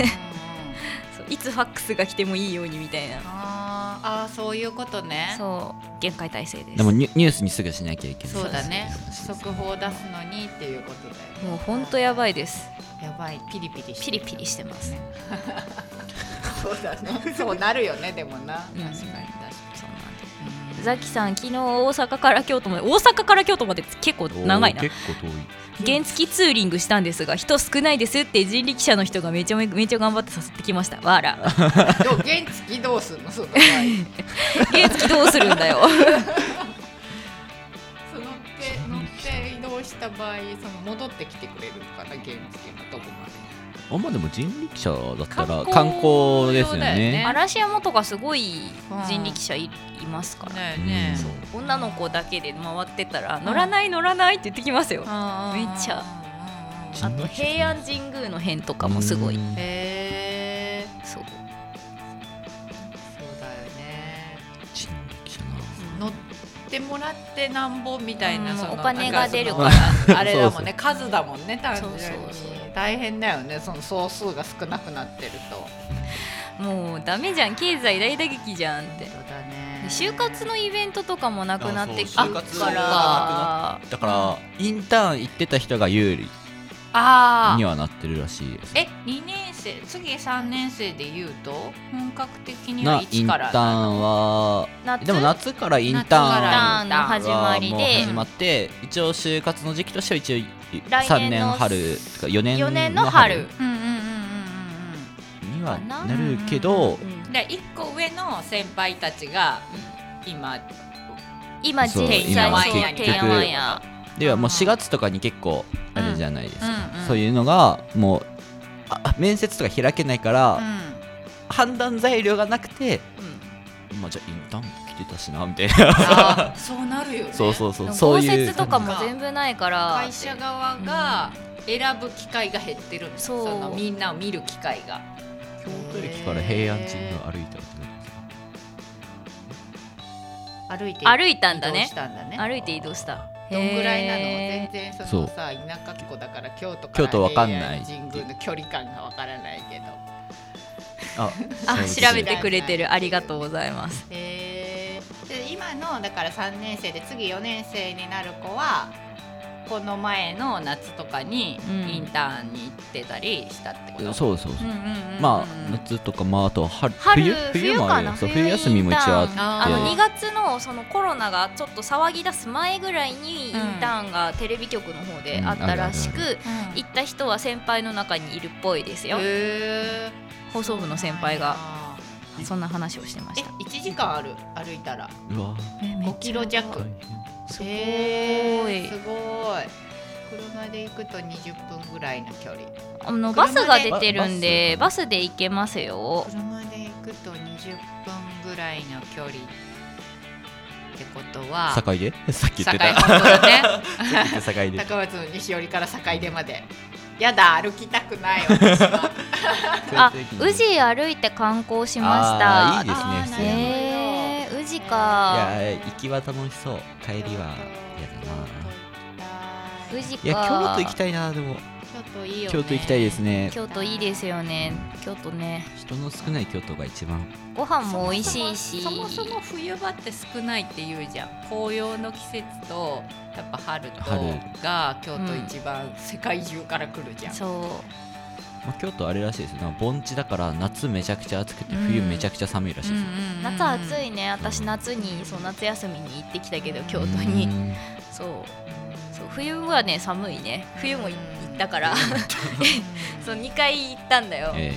うんそういつファックスが来てもいいようにみたいなあーあーそういうことねそう限界体制ですでもニュニュースにすぐしなきゃいけないそうだねそうそ速う報を出すのにっていうことだよもう本当やばいですやばいピリピリしてピリピリしてますねそうだねそうなるよねでもな確うんかに確かそうなんですにザキさん昨日大阪から京都まで大阪から京都まで結構長いなおー結構遠い原付ツーリングしたんですが人少ないですって人力車の人がめちゃめめちゃ頑張って誘ってきましたわ らどう原付どうすんのその場合原付どうするんだよその乗って乗って移動した場合その戻ってきてくれるから原付のとこまであんまでも人力車だったら観観光光ですよ用だよねね嵐山とかすごい人力車いいますから、だうんそう女の子だけで回ってたら乗らない乗らないって言ってきますよめっちゃあと平安神宮の辺とかもすごいうんへえそうそうだよね人力車な乗ってもらってなんぼみたいな、うんそのお金が出るなんそのあれだもんね数だもんね単純にそうそうそう大変だよねその総数が少なくなってると もうダメじゃん経済大打撃じゃんってそうだね就活のイベントとかもなくなってきあたそうか就活がなくらだからインターン行ってた人が有利あにあはなってるらしいですえ二年生次三年生で言うと本格的にはなイ一ンタかーらンは夏でも夏からイン夏タかインターンらーンの始まりもうで始まって一応就活の時期としては一応来年の3年春とか4年4年の春うんうんうんうんうんにはなるけどうんで一個上の先輩たちが今今そう実際に今そう結局提案やではもう4月とかに結構あれじゃないですか、うんうんそういうのがもうあ面接とか開けないから、うん判断材料がなくて、まあじゃあインターン来てたしなみたいなあーそうなるよね そうそうそうそ豪うい雪うとかも全部ないから会社側が選ぶ機会が減ってるんですそうのみんなを見る機会が京都駅から平安神宮歩いたらどうですか歩いて歩いたんだ移動ねしたんだね歩いて移動したどんぐらいなのへ全ー然そそのうさ田舎っ子だから京都から京都わかんない平安神宮の距離感がわからないけどああそう調べてくれてるありがとうございますへーで今のだから3年生で次4年生になる子はこの前の夏とかにうんインターンに行ってたりしたってこと、そうそうそう、うんうんうんうんまあ夏とかまああとは春春冬冬もあかるなよそう冬冬休みも一応あっイてンああので2月のそのコロナがちょっと騒ぎ出す前ぐらいにインターンがテレビ局の方であったらしく、うんあうん行った人は先輩の中にいるっぽいですよへ放送部の先輩ががそんな話をしてまえした1時間ある歩いたらうわ5キロ弱大変すごいへーすごい車で行くと20分ぐらいの距離あのバスが出車でてるんであババスで行けます よ車で行くと20分ぐらいの距離ってことは堺で さっき言って堺た本当だね堺 で高松の西寄りから堺出までやだ歩きたく ない私はあ宇治歩いて観光しまあーいいあしーですなるほどたね普へえ宇治通かにいや行きは楽しそう帰りは嫌だな宇宇治治いやか京都行きたいなでも京都いいよね京都行きたいですね京都いいですよね京都ね人の少ない京都が一番ご飯も美味しいしそもそもそも冬場って少ないって言うじゃん紅葉の季節とやっぱ春と春が京都一番世界中から来るじゃん、そうまあ京都あれらしいですよなんか盆地だから夏めちゃくちゃ暑くてうん冬めちゃくちゃ寒いらしいですよ夏暑 いね私うん夏にそう夏休みに行ってきたけど京都うにんそうそう冬はね寒いね冬もういん 行ったからそう2回行ったんだよえ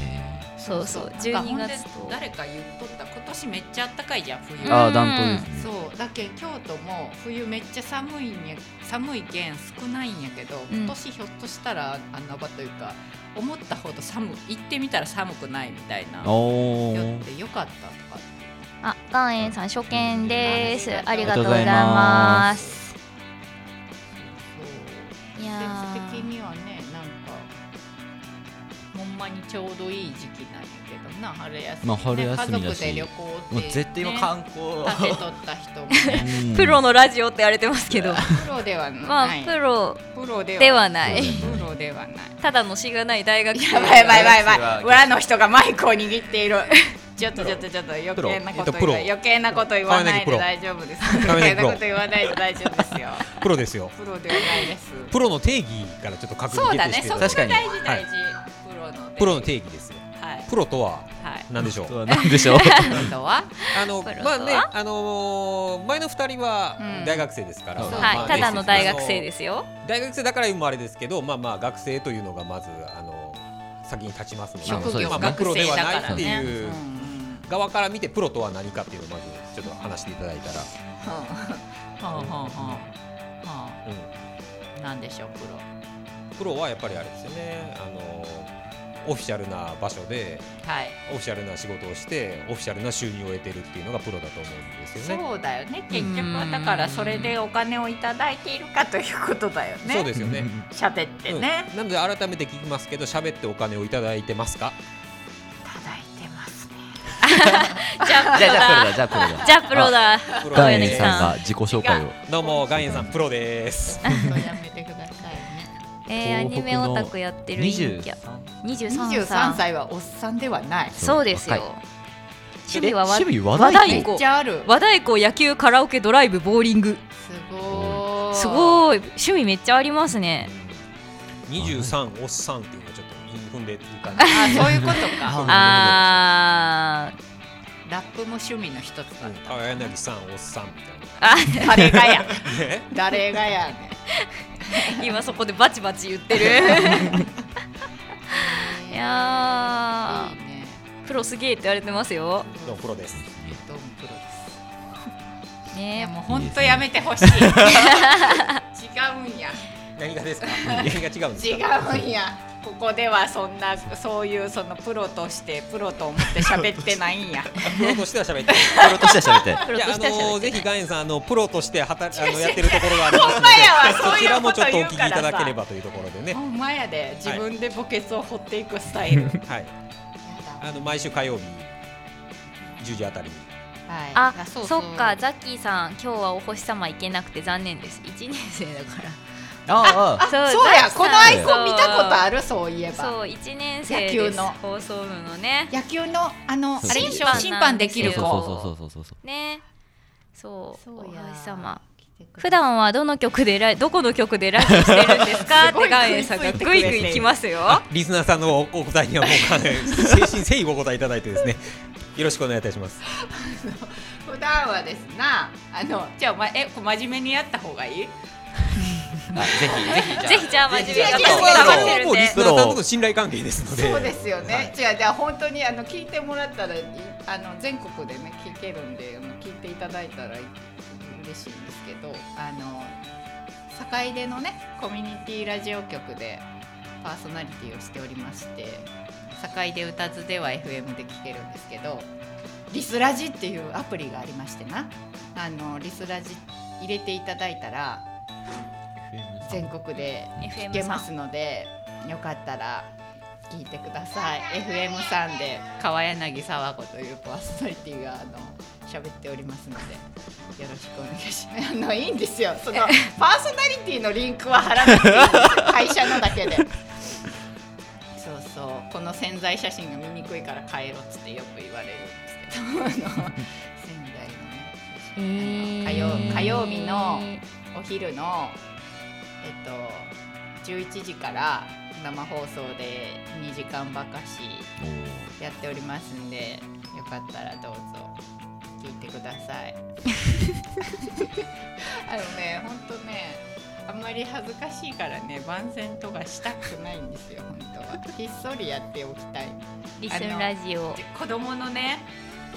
そうそう十二12月と誰か言っとった今年めっちゃ暖かいじゃん冬、うんああ暖冬ですねそうだけん京都も冬めっちゃ寒いんや寒いけん少ないんやけどうん今年ひょっとしたら穴場というか思ったほど寒い行ってみたら寒くないみたいなよっおーてよかったとかあ、岩塩さん初見です。ありががととううごござざいいまます。そういや季節ー的にはねなんかほんまにちょうどいい時期なんやけどな春休み、ねまあ春休みだし家族で旅行って、もう絶対今観立て光とった人も ねプロのラジオって言われてますけどプロではない、まあプロプロでではないいプロではないただのしがない大学生やばいやばいやばいやばういん裏の人がマイクを握っているちょっとちょっとちょっと余計なことプ言ロわえっとプロ余計なこと言わないで亀大梨丈夫です亀余計梨なプロこと言わないで大丈夫ですよプロですよプロではないですプロの定義からちょっと確認そうだねしてそこるが確か大に事大事プロのプロの定義ですよはいプロとははい何でしょうなんでしょうプロとはあのプロとまあはねあのー前の二人はうん大学生ですから、そうまはあい、 ただの大学生ですすよ。大学生だから今あれですけどまあまあ学生というのがまずあの先に立ちますので職業まあまあ学プロで生はだなかいらってねいう側から見てプロとは何かっていうのをまずちょっと話していただいたら、はあはあはあはうんあなんでしょうプロプロはやっぱりあれですよねあのオフィシャルな場所ではいオフィシャルな仕事をしてオフィシャルな収入を得てるっていうのがプロだと思うんですよね。そうだよね結局はだからそれでお金をいただいているかということだよねそうですよ ね。喋ってね、うんなので改めて聞きますけど喋ってお金をいただいてますかいただいてます ねじゃあプじロゃあだ。じゃあプロだじゃあプロだじゃあプロだ。プロ岩で塩すさんが自己紹介をどうも岩塩さんプロです。本当やめてくださいねえー、アニメオタクやってる陰キャ。二十三23歳はおっさんではないそうですよ若い。趣味はわえ趣味和和太太鼓めっ鼓ち。ゃある和太鼓、野球、カラオケ、ドライブ、ボーリング。すごーいすいごい。趣味めっちゃありますね。二十三おっさんっていうのはちょっと踏んでいい感じ。あそういうことうかんあーラップも趣味の一つだっあ柳さんおっさんみたあ、た誰がやいなね。 誰がやね今そこでバチバチ言ってる。いやいいねー、プロすげえって言われてますよ。どうもプロです。どうもプロですいやねもう本当やめてほしい違 うんや何がですか。何が違うんです違か。うんやここではそんなそういうそのプロとしてプロと思って喋ってない んやプロとしては喋ってる。プロとしては喋りたいプロいとやあしては喋のっぜてひガエンさんあのプロとして働あのやってるところがありますのでほんまやわそそうちいらうもこちょとっとお言う聞きいからただけれさばというところでねほんまやで自分で墓穴を掘っていくスタイル、やはいだあの毎週火曜日10時あたりにはいあそそそううっか、ザッキーさん、今日はお星様行けなくて残念です。一年生だから。あそあうそうやザッキーさんこのアイコン見たことあるそういえばそう一年生です野球の放送部のね野球のあのあそうれでしょ審判なんですよ審判できるそうそ子うそうそうそうそうねそうそうおや星様来てくれ普段はどの曲でラどこの曲でラジオしてるんですかすっごいて岩塩さんが食いついてぐくれいてるぐい来ますよリスナーさんのお答えにはもうかなり誠心誠意ご答えいただいてです ねよろしくお願いいたします普段はですなあのじゃあお前えこう真面目にやった方がいいあぜひぜひぜひじゃあ真面目なとこぜひ頑張っもてうるもんうリでスナーさんとの信頼関係ですのでそうですよね、じゃあじゃあ本当にあの聞いてもらったらいあの全国でね聞けるんであの聞いていただいたらい嬉しいんですけどあの坂出のねコミュニティラジオ局でパーソナリティをしておりまして坂出歌津では FM で聞けるんですけどリスラジっていうアプリがありましてなあのリスラジ入れていただいたら全国で FM 聞けますのでよかったら聞いてください FM さんで川柳沢子というパーソナリティがあの喋っておりますのでよろしくお願いしますあのいいんですよそのパーソナリティのリンクは貼らなくていいんですよ会社のだけでそうそうこの潜在写真が見にくいから変えろっつってよく言われるんですけどあの潜在のねえー火曜火曜日のお昼のえっと11時から生放送で2時間ばかしやっておりますんでよかったらどうぞ 聞いてくださいあのねほんとねあんまり恥ずかしいからね番宣とかしたくないんですよ本当はひっそりやっておきたいリスンラジオで子供のね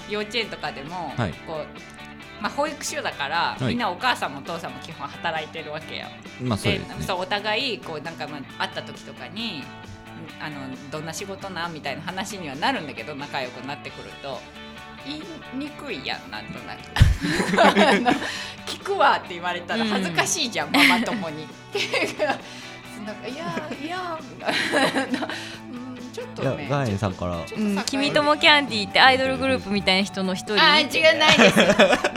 幼稚園とかでも、はいこうまあ、保育所だから、はいみんなお母さんもお父さんも基本働いてるわけよ。まあそうでですねそうお互いこうなんかまあ会った時とかにんあのどんな仕事なんみたいな話にはなるんだけど仲良くなってくると言いにくいやんなんとなくあ の聞くわって言われたら恥ずかしいじゃん、ママ友に。 なんかいやいや うんちょっとねガーエンさんからちょっとうん境、君ともキャンディーってアイドルグループみたいな人の一人あー違うないです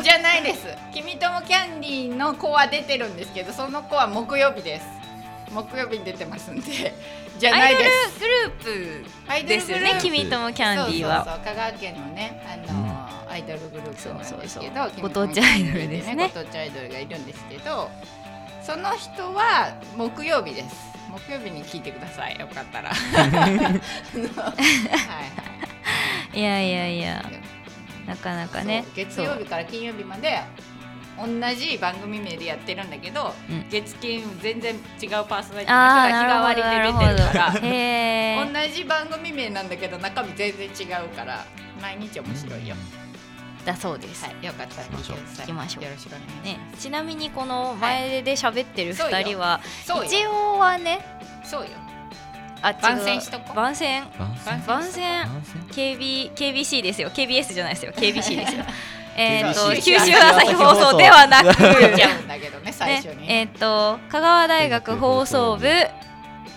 じゃないです君ともキャンディーの子は出てるんですけどその子は木曜日です木曜日に出てますん でじゃアなイいドでルすグルーアイプですよね君君ともキャンディーそうはそうそう香川県のねあのー、アイドルグループなんですけどそうそうそう君ともキャンディーってご当地アイドルですねご当地アイドルがいるんですけどその人は木曜日です木曜日に聞いてくださいよか ったら あのはいいやいやいやはいなかなかねそう月曜日から金曜日まで同じ番組名でやってるんだけど、うん月金全然違うパーソナリティの人ああがな日替わるりほどでな出てるるかほどへえら同じ番組名なんだけど中身全然違うから毎日面白いよ、だそうです、はいよかったらてください聞きましょうよろしくお願いします、ね、ちなみにこの前で喋ってるは2い人は、そうよ一応はねそうよあ違う番宣しとこ番宣番宣番宣番宣 KB KBC ですよ KBS じゃないですよ KBC ですよえーっと KBC 九州朝日放送ではなく言っちゃうんだけどね最ね初に、えーっと香川大学放送部っ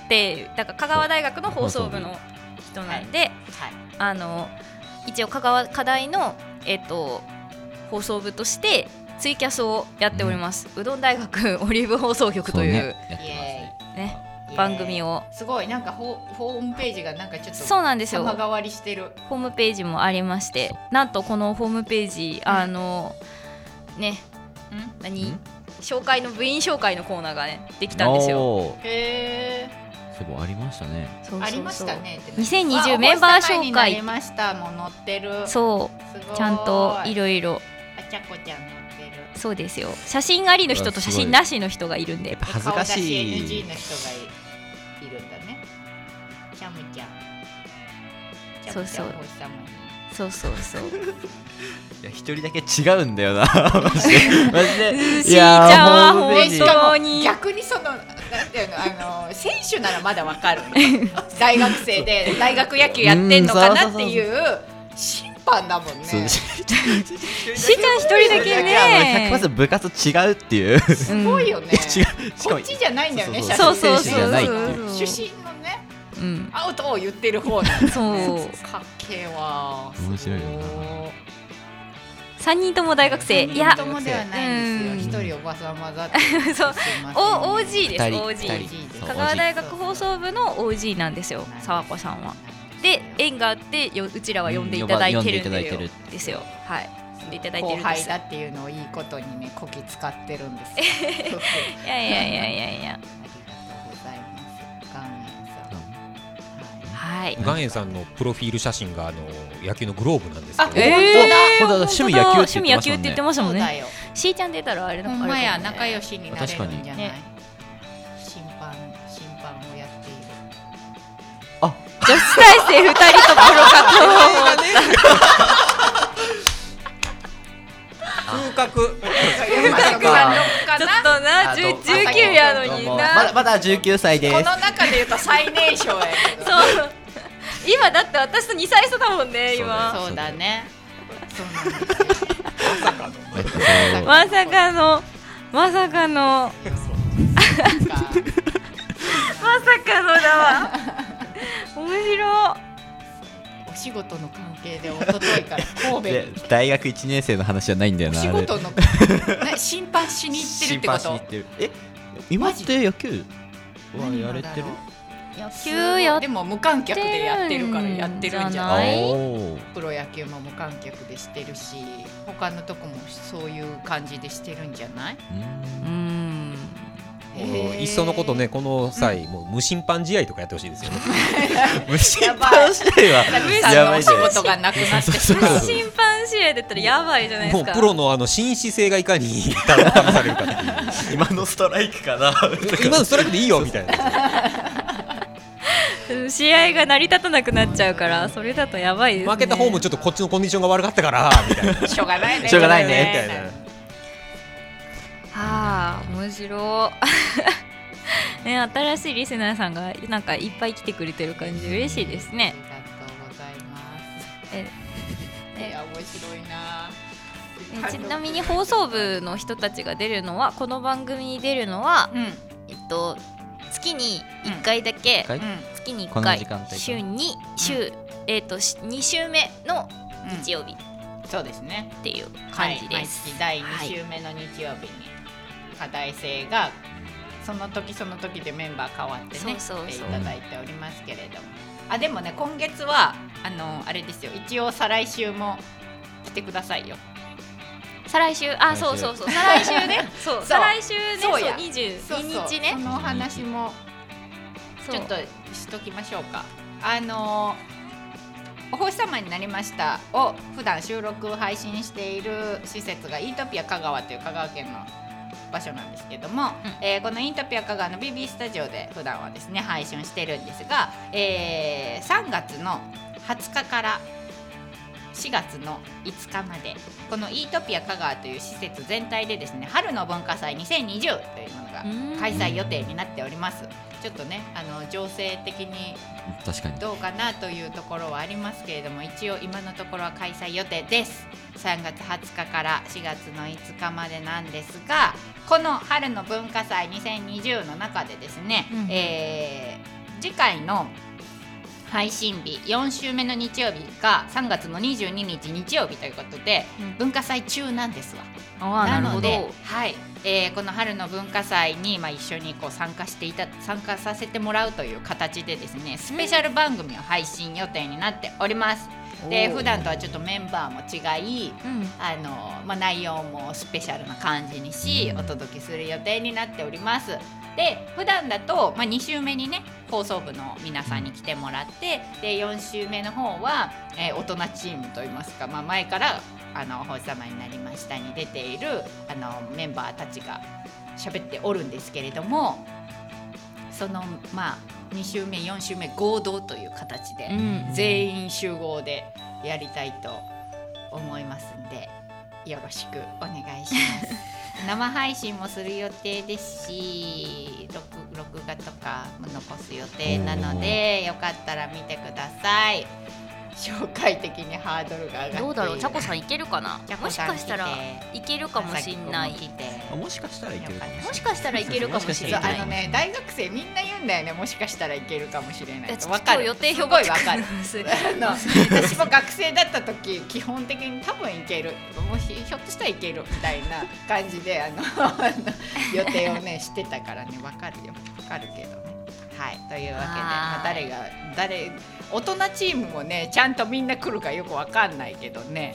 てだから香川大学の放送部の人なんで、はいあの一応香川課題のえっと放送部としてツイキャスをやっております、うどん大学オリーブ放送局というそうねやってますねね番組ををすごいなんかホホームページがなんかちょっとそうなんですよ様変わりしてるホームページもありましてなんとこのホームページあのね何ん紹介の部員紹介のコーナーがねできたんですよおーへーすごいありましたねそうそうそうありましたねってね。 2020メンバー紹あ介りましたもう載ってる。そすごういちゃんといあろいろちゃこちゃん載ってる。そうですよ写真ありの人と写真なしの人がいるんで恥ずかし顔出しい NG の人がいいるんだね。ちゃむちゃん。ちゃむちゃんそうお日様にそうそうそういや一人だけ違うんだよなマジでマジでしーちゃんはホームペー本ジしかも当に逆にそのなんていうのあの選手ならまだわかるの。 大学生で大学野球やってんのかなっていう審判だもんね。そうししーちゃん一人だけね100%部活違うってい う違うしすごいよね。かこもっちじゃないんだよね。そうそ写真選手うそうそじうゃないっていうそう出身のね。うんアウトを言ってる方なんです そうかっけえわ面白いよな3人とも大学生いやともではないんですようん一人おばさん混ざってるそうすいませんお OG です二人 OG 二人そう香川 OG 大学放送部の OG なんですよ沢子さんはで縁があってようちらは呼んでいただいてるんうん呼ば呼んでいでただいてるよですよはい呼んでいただいて後るんで輩すだっていうのをいいことにねこき使ってるんですよそうそういやいやいやいやいやありがとうございます岩塩さんはいはい岩塩さんのプロフィール写真があの野球のグローブなんですあけ本ど、当だ本当だ趣味野球って趣味言野っ球ってて言ましったてもそましたもんねうんだねよしーちゃん出たらあれだほんまやあれかもね仲良しになれるんじゃない確か審判審判をやっている女子大生二人とプロかと思 った風格なんかちょっとなあじゅどうも19やのにどうもまなだまだ19歳でこのす中で言うと最年少やけどそう今だって私と2歳差だもんねそう今そうだね。そうなんですなんかそうまさかのまさかのか。まさかのだわ 面白お仕事の関係で一昨日から神戸でに。大学1年生の話じゃないんだよおな仕あれ事のな審判しに行ってるってこ心配しに行とっ。てるえ今って野球はやれてる野球やっでも無観客でやってるからやってるんじゃない。ないおープロ野球も無観客でしてるし、他のとこもそういう感じでしてるんじゃない？うんうんへーいっそのことねこの際、もう無審判試合とかやってほしいですよね。無心やばい配試合ラミはさんやのばおいじゃない仕事がなくなってしそうまそうう。そう審判試合だったらやばいじゃないでもすうか プロのあの紳士性がいかに試されるかっていう。 今のストライクかな今のストライクでいいよみたいな試合が成り立たなくなっちゃうからそれだとやばいです、ね、負けた方もちょっとこっちのコンディションが悪かったからみたいなしょうがないねしょうがないみたいねなはあ面白い ね新しいリスナーさんがなんかいっぱい来てくれてる感じ嬉しいですねありがとうございますえいや面白いなえちなみに放送部の人たちが出るのはこの番組に出るのは、うんえっと月に1回だけ、回う月に1この回時間帯週に週、えっとし2週目のん日曜日っうんそうですねていう感じです、はい、毎月第2週目の日曜日に課題性がその時その時でメンバー変わってねそうそうそう来ていただいておりますけれどもあでもね今月はあのあれですよ一応再来週も来てくださいよ再来週あ再そ来週うそうそう再来週ねそうう再来週ねそそううや22日そねのお話もそうちょっとしときましょうかあのお星様になりましたを普段収録配信している施設がイートピア香川という香川県の場所なんですけども、えーこのイントピア香川の BB スタジオで普段はですね配信してるんですが、えー3月の20日から4月の5日までこのイートピア香川という施設全体でですね春の文化祭2020というものが開催予定になっております。ちょっとねあの情勢的に確かにどうかなというところはありますけれども一応今のところは開催予定です3月20日から4月の5日までなんですがこの春の文化祭2020の中でですね、うんえー次回の配信日4週目の日曜日が3月の22日日曜日ということで、うん文化祭中なんですわあーなるほのどで、はいえーこの春の文化祭に、まあ、一緒にこう参加していた参加させてもらうという形でですねスペシャル番組を配信予定になっております。で普段とはちょっとメンバーも違いうんあの、まあ、内容もスペシャルな感じにしお届けする予定になっております。で普段だと、まあ、2週目にね放送部の皆さんに来てもらってで4週目の方は、えー大人チームといいますか、まあ、前から「あの星様になりました」に出ているあのメンバーたちが喋っておるんですけれどもそのまあ2週目4週目合同という形で。うん全員集合でやりたいと思いますんでよろしくお願いし ます生配信もする予定ですし録録画とかも残す予定なのでよかったら見てください紹介的にハードルが上がっているどうだろう、ちゃこさんいけるかなちゃ。こもしさんかしたら来ていけるかもしんない。佐々木君も来てもしかしたらいけるかもしれないもしかしたらいけるかもしそれうない。あのね大学生みんな言うんだよねもしかしたらいけるかもしれないいやとちょわっかとる予定表す持ごっいてわくかるるんです。あの 私も学生だった時基本的に多分いけるもうひひょっとしたらいけるみたいな感じであの あの予定をねしてたからねわかるよわかるけどね。はいというわけで、まあ、は誰が誰大人チームもねちゃんとみんな来るかよくわかんないけど ね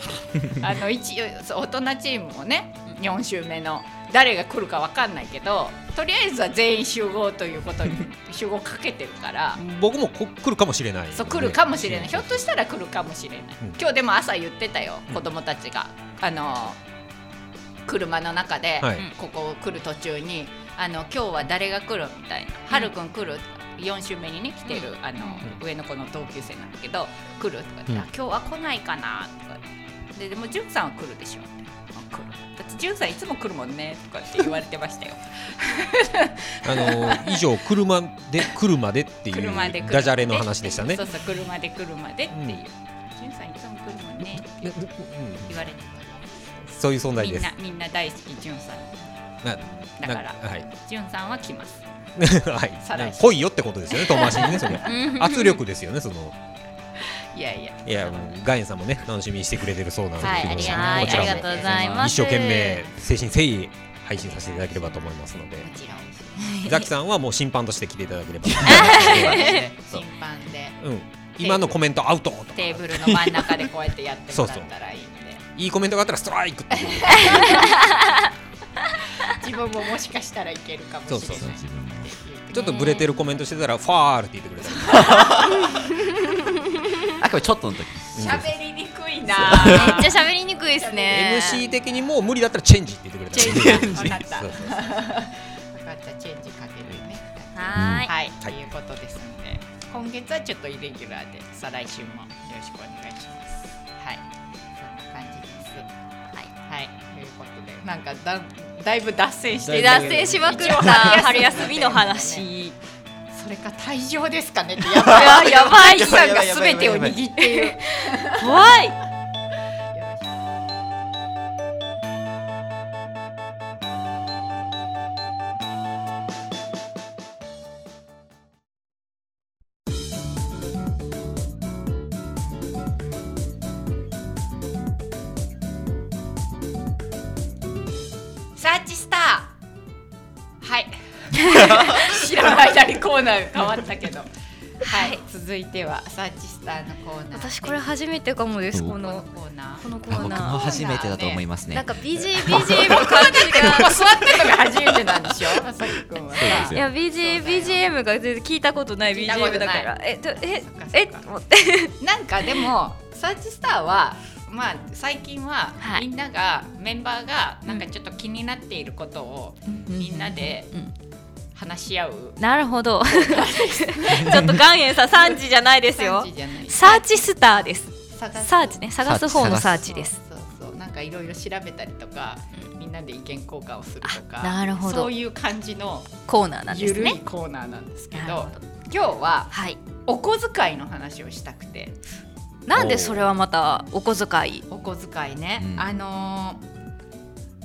あの一応そう大人チームもね4週目の誰が来るかわかんないけどとりあえずは全員集合という ことに集合かけてるから。僕もこ来るかもしれないそう来るかもしれない、ひょっとしたたら来るかもしれない、うん今日でも朝言ってたよ子供たちが、あの車の中で、はいここ来る途中にあの今日は誰が来るみたいな、はるくん来る4週目にね来てる、あの上の子の同級生なんだけど来るとか言って、うんあ今日は来ないかなとかででもじゅんさんは来るでしょみたいなあ来るだってじゅんさんいつも来るもんねとかって言われてましたよあの以上車で来るまでって いう車で来るダジャレの話でしたねそうそう車で来るまでっていう、うんじゅんさんいつも来るもんねってうん言われてたそういう存在みでんすなみんな大好きじゅんさんなだからな はいじゅんさんは来ますは再い来な週来いよってことですよね遠回しにね それ圧力ですよねそのいやいやいやもうガエンさんもね楽しみにしてくれてるそうなんで、はいありがとうございますこあちらりもがとうございます一生懸命精神誠意配信させていただければと思いますのでも ちろんザキさんはもう審判として来ていただければ 審判でうん今のコメントアウトとかテーブルの真ん中でこうやってやってもらったらいいんでいいコメントがあったらストライクっていう自分ももしかしたらいけるかもしれないそうそうそう自分もちょっとブレてるコメントしてたらファールって言ってくれたらあこれちょっとの時喋りにくいんいな。めっちゃ喋りにくいですね MC 的にもう無理だったらチェンジって言ってくれたらいチいねェンジわかったそうそうそう 分かったチェンジかけるね。はーいはい、はといいうことですので、今月はちょっとイレギュラーで、再来週もよろしくお願いします。はい、そんな感じです。はい、はい、ということで、なんかだだいぶ脱線して脱線しまくった春休み一の。応話それか退場ですかねってやばい。いややばいさんが全てを握っている。怖いサーチスターはい 知らない間にコーナー変わったけどはい続いてはサーチスターのコーナー私これ初めてかもですおここののコーナーこのコあー僕もナ初めてだと思いますーねなんか BGBGM の感こじこが座ってるのが初めてなんでしょまさきくんはさそうですいよや BGBGM が全然聞いたことない聞いたことない BGM だからえどえそっかそっかえと思ってなんかでもサーチスターはまあ最近ははいみんながメンバーがなんかちょっと気になっていることをみんなでうん話し合うなる ほどちょっと岩塩さん産地じゃないですよ感じじゃないサーチスターです探すサーチね探す方のサーチですそうそうそうなんかいろいろ調べたりとか、みんなで意見交換をするとかあなるほどそういう感じのコーナーなんでゆするいねコーナーなんですけなるどほど今日ははいお小遣いの話をしたくてなんでそれはまたお小遣いお小遣いね、うんあのー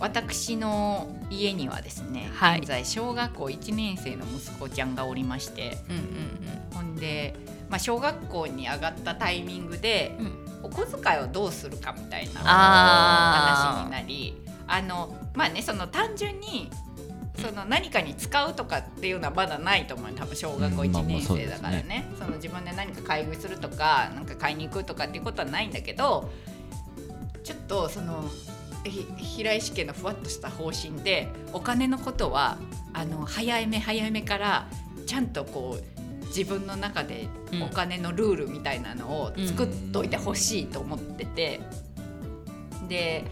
私の家にはですね、はい現在小学校1年生の息子ちゃんがおりましてうんうんほんで、まあ、小学校に上がったタイミングで、うんお小遣いをどうするかみたいな話にあなりあのまあねその単純にその何かに使うとかっていうのはまだないと思う多分小学校うんまあ1まあ年そうで生すねだからね,、その自分で何か買い食いするとかなんか買いに行くとかっていうことはないんだけどちょっとそのひ平石家のふわっとした方針でお金のことはあの早め早めからちゃんとこう自分の中でうんお金のルールみたいなのを作っといてほしいと思ってて、で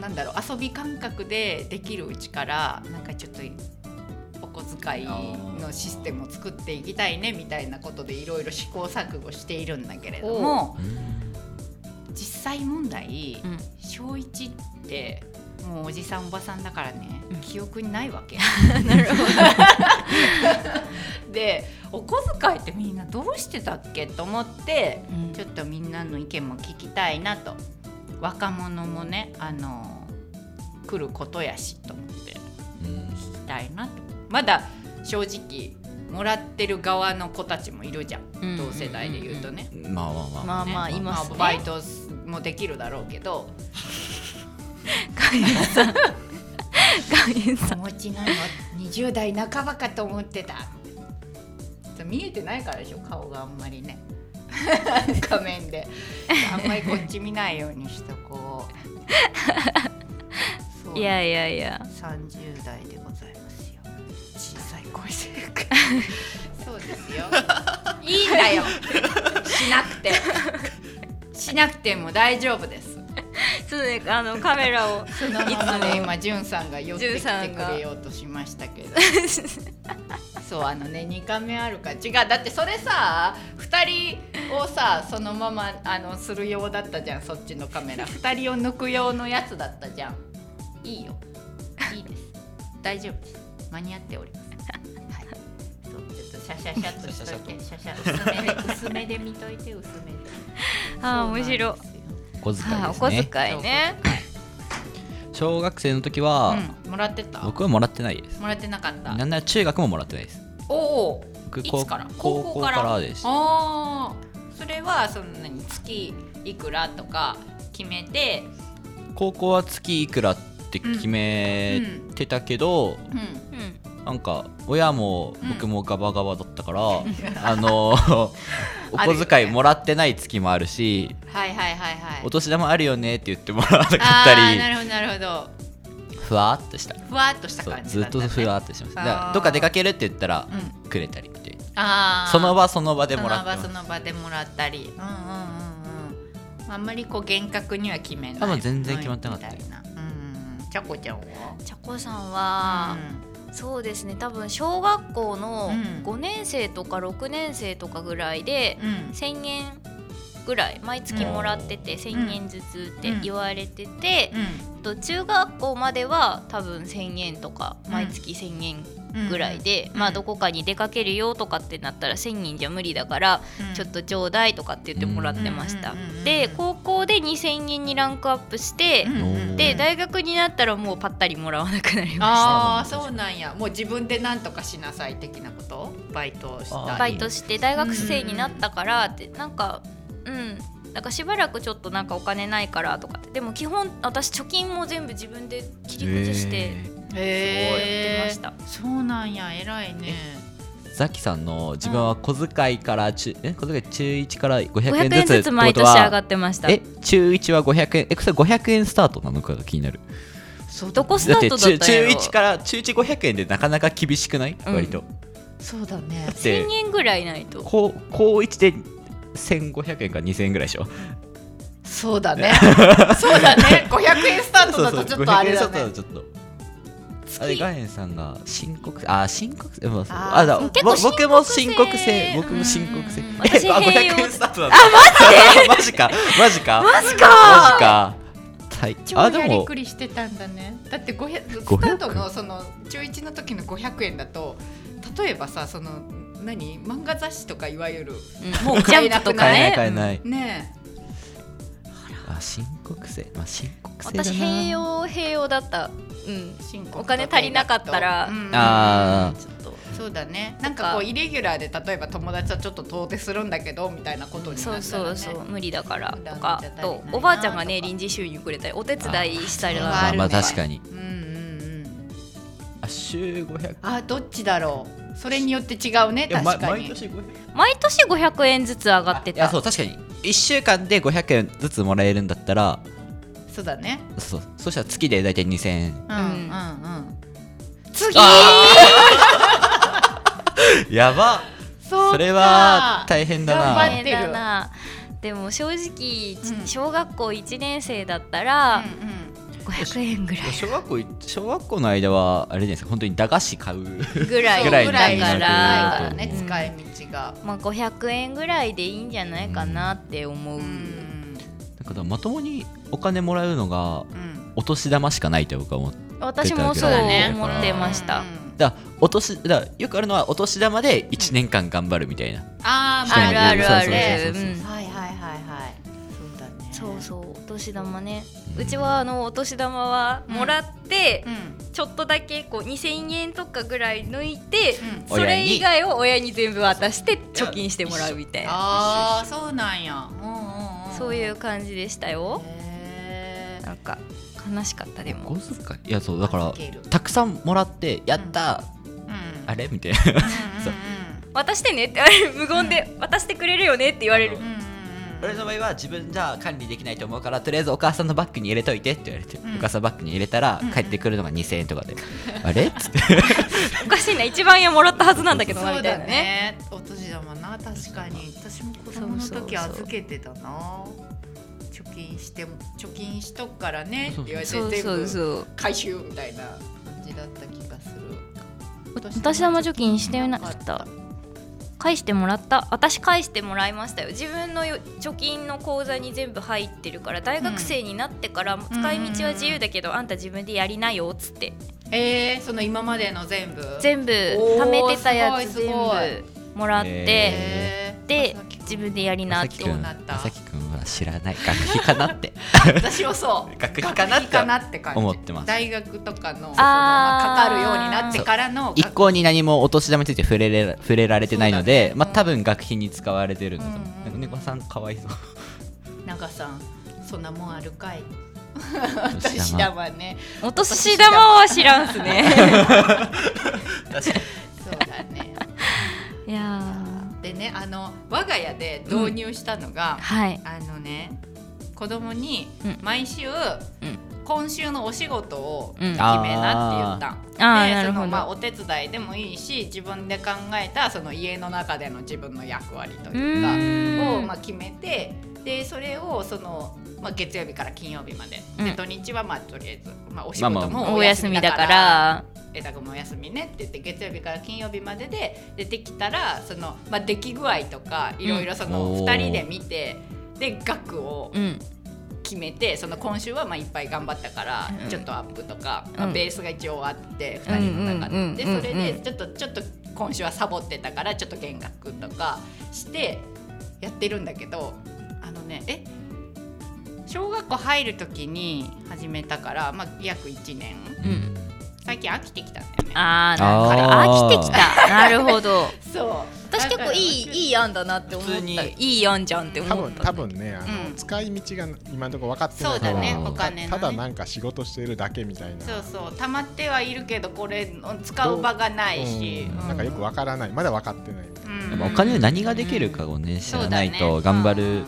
なんだろう遊び感覚でできるうちからなんかちょっとお小遣いのシステムを作っていきたいねみたいなことでいろいろ試行錯誤しているんだけれども実際問題、うん小1ってもうおじさんおばさんだからね、うん記憶にないわ け。 でお小遣いってみんなどうしてたっけと思ってうんちょっとみんなの意見も聞きたいなと若者もねあの来ることやしと思って聞きたいなとまだ正直もらってる側の子たちもいるじゃんうん同世代で言うとね。うんまあまあまあまあまあねいますねバイトもできるだろうけど岩塩さんお持ちなの20代半ばかと思ってた見えてないからでしょ顔があんまり ね仮面であんまりこっち見ないようにしとこう そういやいやいや30代でございますよ小さい声性格 そうですよいいんだよしなくてしなくても大丈夫ですそうねあのカメラを そのままで今じゅんさんが寄ってきてくれようとしましたけどそうあのね2回目あるから違うだってそれさ2人をさそのままあのする用だったじゃんそっちのカメラ2人を抜く用のやつだったじゃんいいよいいです大丈夫です間に合っておりますはいそうちょっとシャシャシャっとしといてシャシャ薄めで薄めで見といて薄めであー面白そいうなんですよお小遣いはいお小遣ですねいね小学生の時は、うんもらってた僕はもらってないですもらってなかったなんなら中学ももらってないですおお僕いつから高校からでしたあーそれはその何月いくらとか決めて高校は月いくらって決めてたけうど、んうんなんか親も僕もガバガバだったから、あのおあるよね小遣いもらってない月もあるしはいはいはいはいお年玉あるよねって言ってもらわなかっあーなたるほどなるほどりふわっとしたふわっとしたそう感じずだっった、とね、ふわっとしてましただかあらーどっか出かけるって言ったらうくれたりみたいあなーその場その場でもらってまそすの場その場でもらったりうんうんうんうんあんまりこう厳格には決めないあまあ全然決まってなかったみいなうんちゃこちゃんはちゃこさんは、そうですね多分小学校のうん5年生とか6年生とかぐらいでうんうん1,000円ぐらい毎月もらってて1,000円ずつって言われてて、と中学校までは多分1,000円とか毎月1,000円うんぐらいで、まあどこかに出かけるよとかってなったら1,000円じゃ無理だから、ちょっとちょうだいとかって言ってもらってました。うんうんうんうんで高校で2,000円にランクアップして、うんうんで大学になったらもうパッタリもらわなくなりましああそうなんやもう自分で何とかしなさい的なことバイトをしたたりバイトして大学生になったからってなんかうんなんかしばらくちょっとなんかお金ないからとかってでも基本私貯金も全部自分で切り崩してへやってまえしたそうなんや偉いねザキさんの自分は小遣いから中、え小遣い中1から500 500円ず円つずってつこ毎と年上がはってましたえ中1は500円えそれ500円スタートなのかが気になるそうどこスタートだ中ったんや中ろ1から中1500円でなかなか厳しくない、うん割とそうだねだって1000円ぐらいないと高高1で1500円か2000円ぐらいでしょそうだねそうだね500円スタートだとちょっとあれだ500円ねちょっとあれガヘンさんが深刻あ深刻性まあそうあーあだそう結構ぼ深刻性僕も深刻性僕も深刻性うん私えあ併用500円スタートなんだあ マジマジかマジかマジかマジかはい超あでやりもくりしてたんだねだって500ス500タートのその中1の時の500円だと例えばさその何漫画雑誌とかいわゆるもうジャンプとか買えない買えねないねえあ深刻性まあ深刻性だな私併用併用だったうん申告お金足りなかったらと定額とうんあちょっとそうだねなんかこうイレギュラーで例えば友達はちょっと遠出するんだけどみたいなことになったそら、うね、そうそう無理だから普段のとかじゃ足りないなとおばあちゃんがねとか臨時収入くれたりお手伝いしたりあーまはあまああるね確かにうんうんうんあ週500あどっちだろうそれによって違うねいや確まか毎に年500円毎年500円ずつ上がっていやたそう確かに1週間で500円ずつもらえるんだったらそうだねそうそしたら月で大体2000円うんうんうん次やばそうかそれは大変だな頑張っ大変てだるなでも正直、うん小学校1年生だったらうんうん500円ぐらい小学校い小学校の間はあれじゃないですか本当に駄菓子買う ぐらいぐだらいそうないぐからいだかららねうん使い道がまあ、500円ぐらいでいいんじゃないかなって思う、うんなんかまともにお金もらうのがうんお年玉しかないと僕は思って私もそう思ってました、うんだからお年だからよくあるのはお年玉で1年間頑張るみたいな、あーまあるあるあそうそうそうそうるうんはいはいはいはいそうだねそうそうお年玉ね、ううんちはあのお年玉はもらって、うんちょっとだけこう2000円とかぐらい抜いて、うんそれ以外を親に全部渡して貯金してもらうみたいなああそうなんやうんうんうんそういう感じでしたよへーなんか悲しかったでおも小遣いいやそうだから預けるたくさんもらってやった、うんあれみたいなそう渡してねってあ れ無言で渡してくれるよねって言われるううんうんうん俺の場合は自分じゃ管理できないと思うからとりあえずお母さんのバッグに入れといてって言われて、うんお母さんバッグに入れたらんうん帰ってくるのが2000円と かで、あれっつっておかしいな1万円もらったはずなんだけどなそみうただいなねねお年玉な確かに私も子供の時預けてたな貯金しても貯金しとくからねって言われてそう全そう部そう回収みたいな感じだった気がするお年玉貯金してなかった返してもらった私返してもらいましたよ自分のよ貯金の口座に全部入ってるから大学生になってから使い道は自由だけど、あんた自分でやりなよっつってえー、その今までの全部全部おー貯めてたやつすごいす全部ごいもらって、へえーでまさき自分でやりなってどうなったまさきくんは知らない学費かなって私もそう学費かなって 学費かなって感じ思ってます大学とかのその、あーまあ、かかるようになってからの一向に何もお年玉について触れれ触れられてないのそで、うだねまあ多分学費に使われてるんだと思う、うんうんなんか猫さんかわいそう長さんそんなもんあるかいお私だわねお年玉は知らんすねそうだ ねいやでねあの我が家で導入したのがー、はいあのね子供にうん毎週、ん今週のお仕事を決うんめなって言ったん、あーでなるほそどのまあお手伝いでもいいし自分で考えたその家の中での自分の役割とういうかーんをまあ決めてでそれをその、まあ、月曜日から金曜日まで,、うでん土日はまあとりあえず、まあ、お仕ま事あまもおお休休みみだだかからら江田君もお休みねって言って月曜日から金曜日までで出てきたらその、まあ、出来具合とかいろいろそのおー2人で見て、で額をうん決めてその今週はまあいっぱい頑張ったからうんちょっとアップとか、まあうんベースが一応あって2人の中で,、うんうんうんでうんうんそれでちょっとちょっと今週はサボってたからちょっと減額とかしてやってるんだけどあのねえ小学校入る時に始めたから、まあ、約1年 うん最近飽きてきたんだよね。あーあーなんか飽きてきたなるほどそう私結構いいいい案だなって思った普通にいい案じゃんって思多っ分た多分ねあうの、ん使い道が今のところ分かってないそうだねうんお金の、ね、ただなんか仕事してるだけみたいなそうそう溜まってはいるけどこれ使う場がないし、うんなんかよく分からないまだ分かってないうんでもお金で何ができるかをね知らないと頑張 る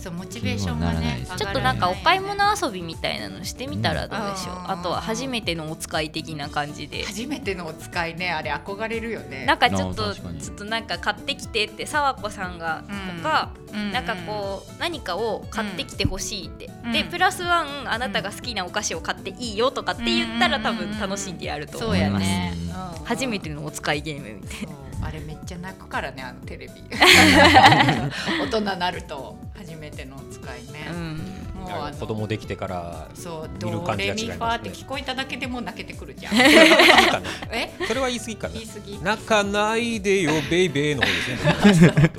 そうモチベーションが気にもならないでねすちょっとなんかお買い上がら物遊びみたいなのしてみたらどうでしょう、うんあとは初めてのお使い的な感じで初めてのお使いねあれ憧れるよねなんかちょっあーと確かにちょっとなんか買ってきてってさわこさんがとか、なんかこう何かを買ってきてほしいって、うんでうんプラスワンあなたが好きなお菓子を買っていいよとかって言ったらうん多分楽しんでやるとそ思ういやます、ね、うん初めてのお使いゲームみたいそうあれめっちゃ泣くからねあのテレビ大人になると初めてのお使いねな、、もうああのの子供できてからそう見るド感じレが違いますミねファーって聞こえただけでもう泣けてくるじゃんいいかなえそれは言い過ぎかな言い過ぎ泣かないでよベイベーの方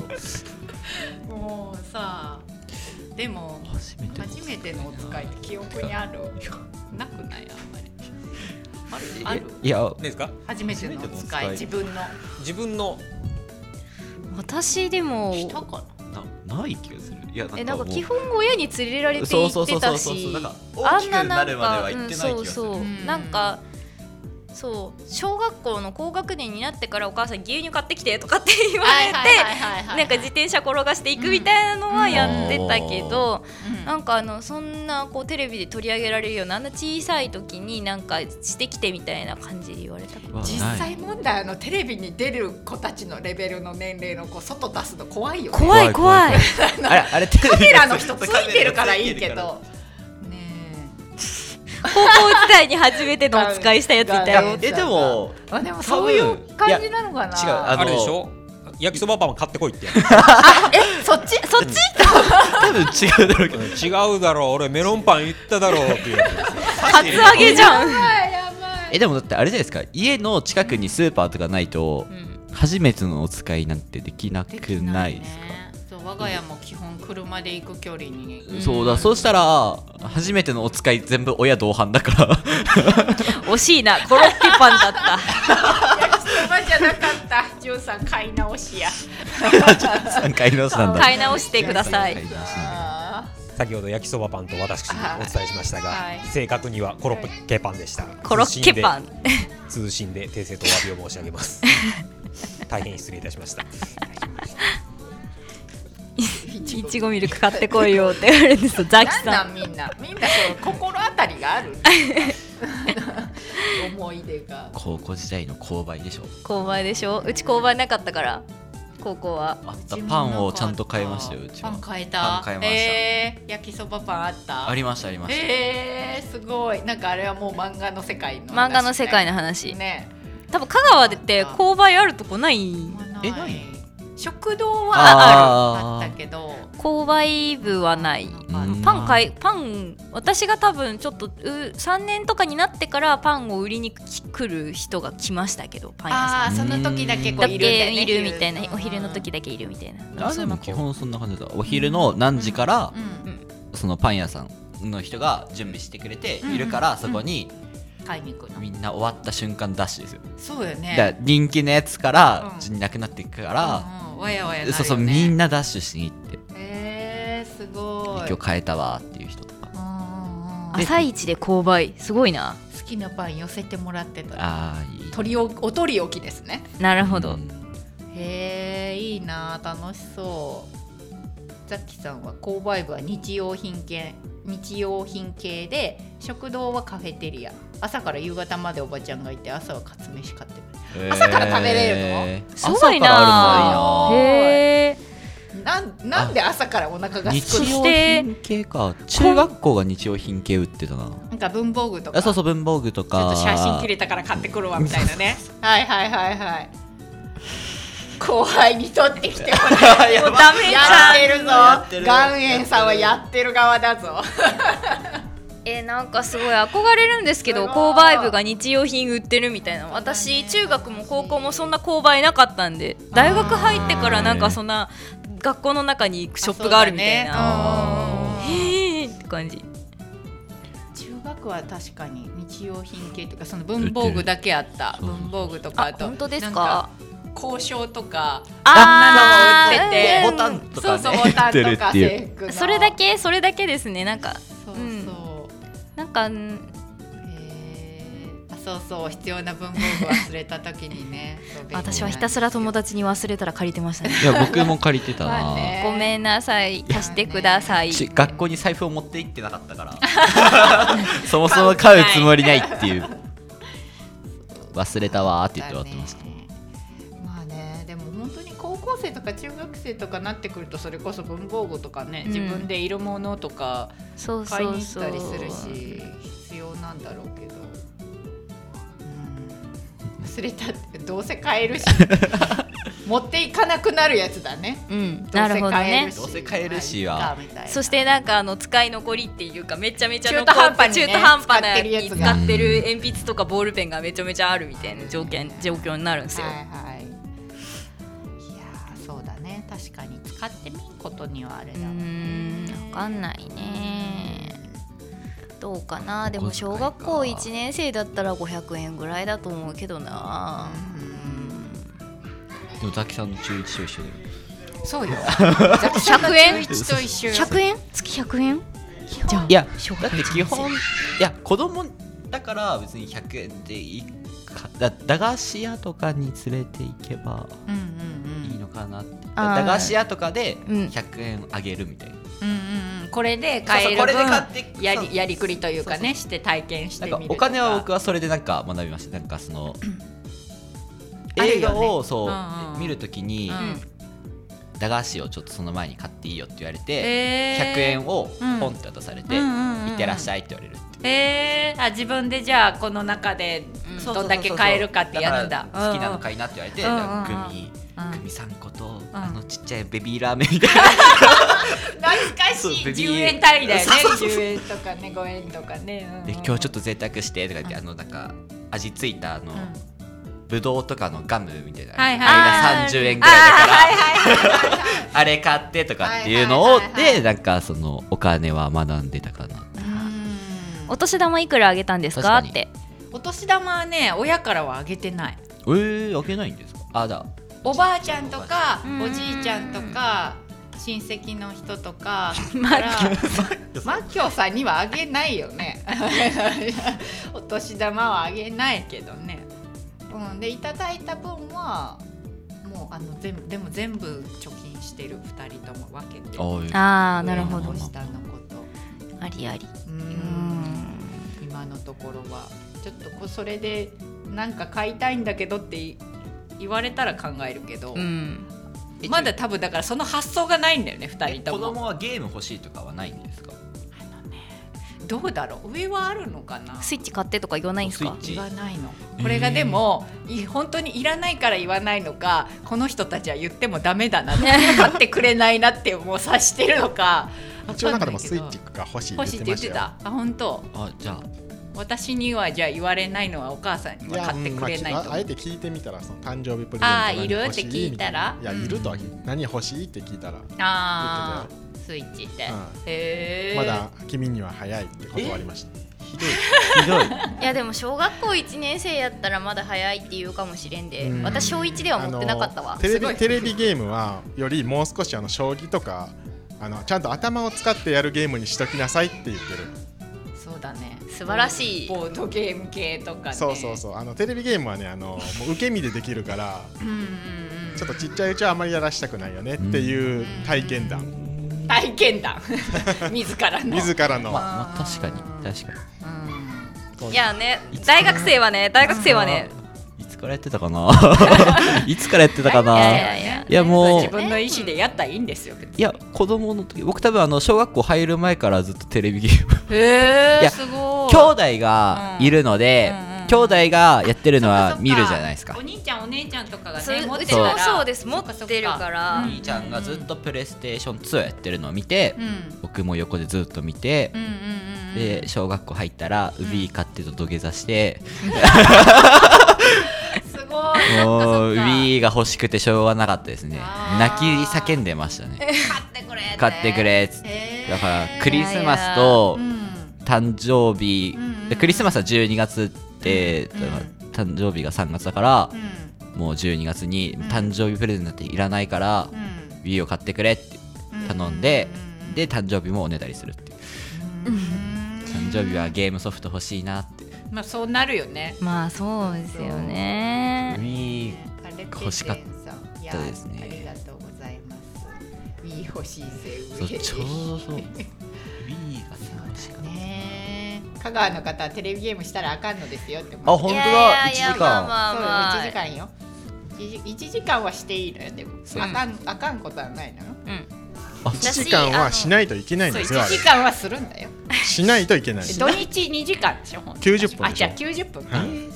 ですねもうさでも初めて初めてのお使いって記憶にあるなくないあんまりあるあるいやですか初めてのお使い初自め分の自分の私でも人かなない気がするいやなんえなんかもう基本親に連れられてそ行うそうっそてうそたうそうしなんかあん大きくなななるんまではかう行っんてなそい気がうする、そう、んなんかそう小学校の高学年になってからお母さん牛乳買ってきてとかって言われてななんか自転車転がしていくみたいなのはやってたけど、うんなんかあのそんなこうテレビで取り上げられるようなあんな小さい時になんかしてきてみたいな感じで言われたかわ実ない際問題あのテレビに出る子たちのレベルの年齢の子外出すの怖いよ、ね、怖い怖いいあれあれテカメラのちょ人っつといてるからいいけカメラがどね高校時代に初めてのお使いしたやついたよついてえるでもえあでも多そう分いう感じなのかないや違うああのれでしょ焼きそばパン買ってこいってやえそっちそっち多分違うだろうけどつ違うだろう俺メロンパン言っただろうっていうやつですよカツアゲじゃん、えでもだってあれじゃないですか家の近くにスーパーとかないと初めてのお使いなんてできなくできないねですかそう我が家も基本車で行く距離に、そうだそうしたら初めてのお使い全部親同伴だから 惜しいなコロッケパンだった焼きそばじゃなかったジュンさん買い直しや3回直しなんだ買い直してください買い直しなんだあ先ほど焼きそばパンと私お伝えしましたが、はい正確にはコロッケパンでしたコロッケパン通信で通信で訂正とお詫びを申し上げます 大変失礼いたしましたいちごミルク買ってこいよって言われてそうザキーさなんんなんみんなみんなそう心当たりが ある思い出が高校時代の購買でしょ購買でしょうち購買なかったから高校はあったパンをちゃんと買いましたようちパはン買えたパン買いましたえー、焼きそばパンあったありましたありましたえー、すごいなんかあれはもう漫画の世界の話ね、漫画の世界の話、ね多分香川でって購買あるとこないえない食堂はあるああーったけど購買部はないうんパン買いパン私が多分ちょっとう3年とかになってからパンを売りに来る人が来ましたけどパン屋さんああーその時だけこだうけいるんいだよねるみたいなお昼の時だだけいるみたいなあそでんなも子基本そんな感じだったお昼の何時からうんそのパン屋さんの人が準備してくれているからそこに買いに行くのみんな終わった瞬間ダッシュですよそうよねだから人気のやつからうん順になくなっていくから、うんうんわやわやなるよねそうそうみんなダッシュしに行ってえー、すごい今日変えたわっていう人とかうんうんうんで朝一で購買すごいな好きなパン寄せてもらってたああいい取り置きお取り置きですねなるなほど、へえいいなあ楽しそうザッキさんは購買部は日用品系日用品系で食堂はカフェテリア朝から夕方までおばちゃんがいて朝はかつ飯買ってえー朝から食べれるのすごいな朝からあへえるなんなんで朝からお腹がす日く用の品系か中学校が日用品系売ってたななんか文房具とかあそうそう文房具とちょっかと写真切れたから買ってくるわみたいなねはいはいはいはい後輩に取ってきても らもうダメじゃんやってるぞ岩塩さんはやってる側だぞえーなんかすごい憧れるんですけどすごい購買部が日用品売ってるみたいな私中学も高校もそんな購買なかったんで大学入ってからなんかそんな学校の中に行くショップがあるみたいあそうだねな、あへえって感じ中学は確かに日用品系とかその文房具だけあったそう文房具とかあと本当でなすかんか交渉とかああーんなのも売っててボタンとそかうねそうボタン売ってるとっかていう制服のそれだけそれだけですねなんかそうそう、うんなんかんへーあそうそう必要な文房具忘れた時に ね私はひたすら友達に忘れたら借りてましたねいや僕も借りてたな、ごめんなさい貸してくださいち学校に財布を持って行ってなかったから そもそも買うつもりないっていう忘れたわーって言って終わってましたまあねでも本当に高校生とか中学生とかなってくるとそれこそ文房具とかね、うん自分でいるものとかそう買いそうに行っそうたりするし必要なんだろうけど、うん、忘れたってどうせ買え るし持っていかなくなるやつだねうんなるほどねどうせ買えるしはまあいいかみたいなそしてなんかあの使い残りっていうかめちゃめちゃ中途半端にね中途半端な使ってるやつが使ってる鉛筆とかボールペンがめちゃめちゃあるみたいな条件状況になるんですよ、はいはい。いやーそうだね確かに使ってみんことにはあれだうーわん分かんないねどうかなでも小学校1年生だったら500円ぐらいだと思うけどなでもザキさんの中1と一緒でそう よ。百円と一緒よ。 100円月100円じゃあいや小だ学っ校て基1本年いや子供だから別に100円でいいかだ駄菓子屋とかに連れて行けばうんうんいいのかなって、あー駄菓子屋とかでうん100円あげるみたいな、うんうんうんこれで買えるそうそう分これで買ってやりやりくりというかねして体験してなんみるかとか。お金は僕はそれでなんか学びましたなんかそのあるよね映画をそう、うんうん見るときに、う駄菓子をちょっとその前に買っていいよって言われて、えー100円をポンって渡されて「うんうんうんうんいってらっしゃい」って言われるってん。えーあ自分でじゃあこの中でそうそどうんだけ買えるかってやるんだ。から好きなのうんうん買いなって言われて、うんうんなんかグミ、うんグミ3個と、んあのちっちゃいベビーラーメンみたい な懐かそうしベいビー十円単位だよねそうそう。そう十円とかね五円とかね。うんうんで今日ちょっと贅沢してとか言ってあのなんか味付いたあの、んぶどうとかのガムみたいな、はいはいあれが30円ぐらいだから あれ買ってとかっていうのをはいはいはいはいでなんかそのお金は学んでたかなうんお年玉いくらあげたんですか確かにってお年玉はね親からはあげてないえー、あげないんですかあだおばあちゃんとかうんおじいちゃんとか親戚の人とか マッマッキョさんにはあげないよね お年玉はあげないけどね、うん、でいただいた分はもうあの全部でも全部貯金してる2人とも分けておいああなるほど上の子下のことありありうん今のところはちょっとこそれでなんか買いたいんだけどってい言われたら考えるけど、うんまだ多分だからその発想がないんだよね2人と子も供はゲーム欲しいとかはないんですかどうだろう上はあるのかなスイッチ買ってとか言わないんですかスイッチ言わないのこれがでも、い本当にいらないから言わないのかこの人たちは言ってもダメだな って買ってくれないなってもう察してるの か一応なんかでもスイッわかんないチけどが欲しい欲しいって言ってたあ本当あじゃあ私にはじゃあ言われないのはお母さんにいはや買ってくれないまと思あきあうあえて聞いてみたらその誕生日プレゼントあー何いる欲しって聞いたらみたいないやいるとは聞い何欲しいって聞いたらああスイッチって、うんへえまだ君には早いって断りました ひどいひどいいやでも小学校1年生やったらまだ早いって言うかもしれんで、うん私小1では持ってなかったあわのテレすごいビテレビゲームはよりもう少しあの将棋とかあのちゃんと頭を使ってやるゲームにしときなさいって言ってる、そうだね素晴らしいボードゲーム系とかねそうそうそうあのテレビゲームはねあのもう受け身でできるからうんうんちょっとちっちゃいうちはあまりやらしたくないよねっていう体験談うん体験談自らの自らの、まあ確かに確かうんいやね大学生はね大学生はねにいつからやってたかないつからやってたかいなやいいやいややもう自分の意思でやったらいいんですよ別にいや子供の時僕多分あの小学校入る前からずっとテレビゲームへいえやすごい兄弟がいるので、うんうんうん兄弟がやってるのは見るじゃないですかお兄ちゃんお姉ちゃんとかがそうね持っうてちたらもそうです持ってるからうお兄ちゃんがずっとプレイステーション2をやってるのを見て、うんうん僕も横でずっと見て、うんうんうんで小学校入ったら Wii 買ってと土下座して、すごいもそうっか Wii が欲しくてしょうがなかったですねあー泣き叫んでましたね 買ってくれって買ってくれっつってへーだからクリスマスとうん誕生日、うんうんうんでクリスマスは12月って、うんうん誕生日が3月だからう、んもう12月に誕生日プレゼントっていらないから、う Wii を買ってくれってん頼んで、うんで誕生日もおねだりするっていう誕生日はゲームソフト欲しいなってまあそうなるよねまあそうですよね Wii 欲欲しかったたですねありがとうございますいい欲しいぜそう上ちょうど Wii がね欲しかったねえ香川の方はテレビゲームしたらあかんのですよって思うあ本当いやだ1い時やいやまあ間まあまあそうよ1時間よ 1, 時間はしていいのよでもそうあかんあかんことはないのよ1時間はしないといけないんそうです1よあ時間はするんだよれしないといけない土日2時間でしょほんと90分あでじしょゃあ90分か、はい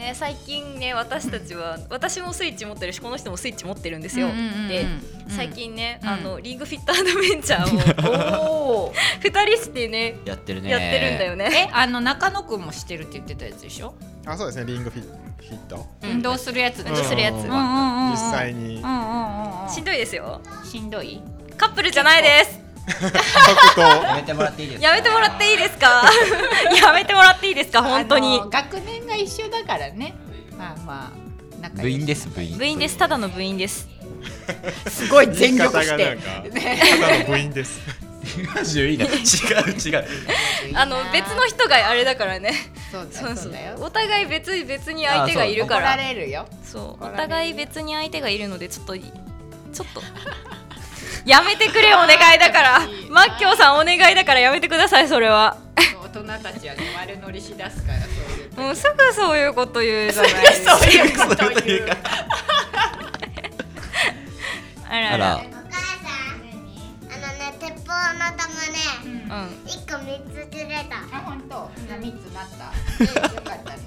ね、最近ね私たちは私もスイッチ持ってるしこの人もスイッチ持ってるんですよ。うんうんうんでうん最近ね、うんあのリーグフィットアドベンチャーをおお二人してねやってるねやってるんだよね。えあの中野くんもしてるって言ってたやつでしょあそうですねリングフィフィットうん運動するやつで運し動ょするやつうんうんうんうん実際にうんうんうんうんしんどいですよ。しんどいカップルじゃないです。即答やめてもらっていいですやめてもらっていいですか。やめてもらっていいですか本当にあの。学年が一緒だからねまあまあ仲部良し員です部員部員ですただの部員です。すごい全力言いし方がなんてか ただの部員です違う違うあの別の人があれだからね。そうだそうそそううだよ。お互い別に別に相手がいる怒からら。れるよそうお互い別に相手がいるのでちょっといちょっと やめてくれお願いだか らいいマッキョーさんお願いだからやめてくださいそれは大人たちはね悪乗りしだすからそういうもうすぐそういうこと言うじゃないです かそういうことを言うあらああららお母さんあのね鉄砲の玉ねうん一個三つ釣れたあ本当三つなった、うん、よかったね、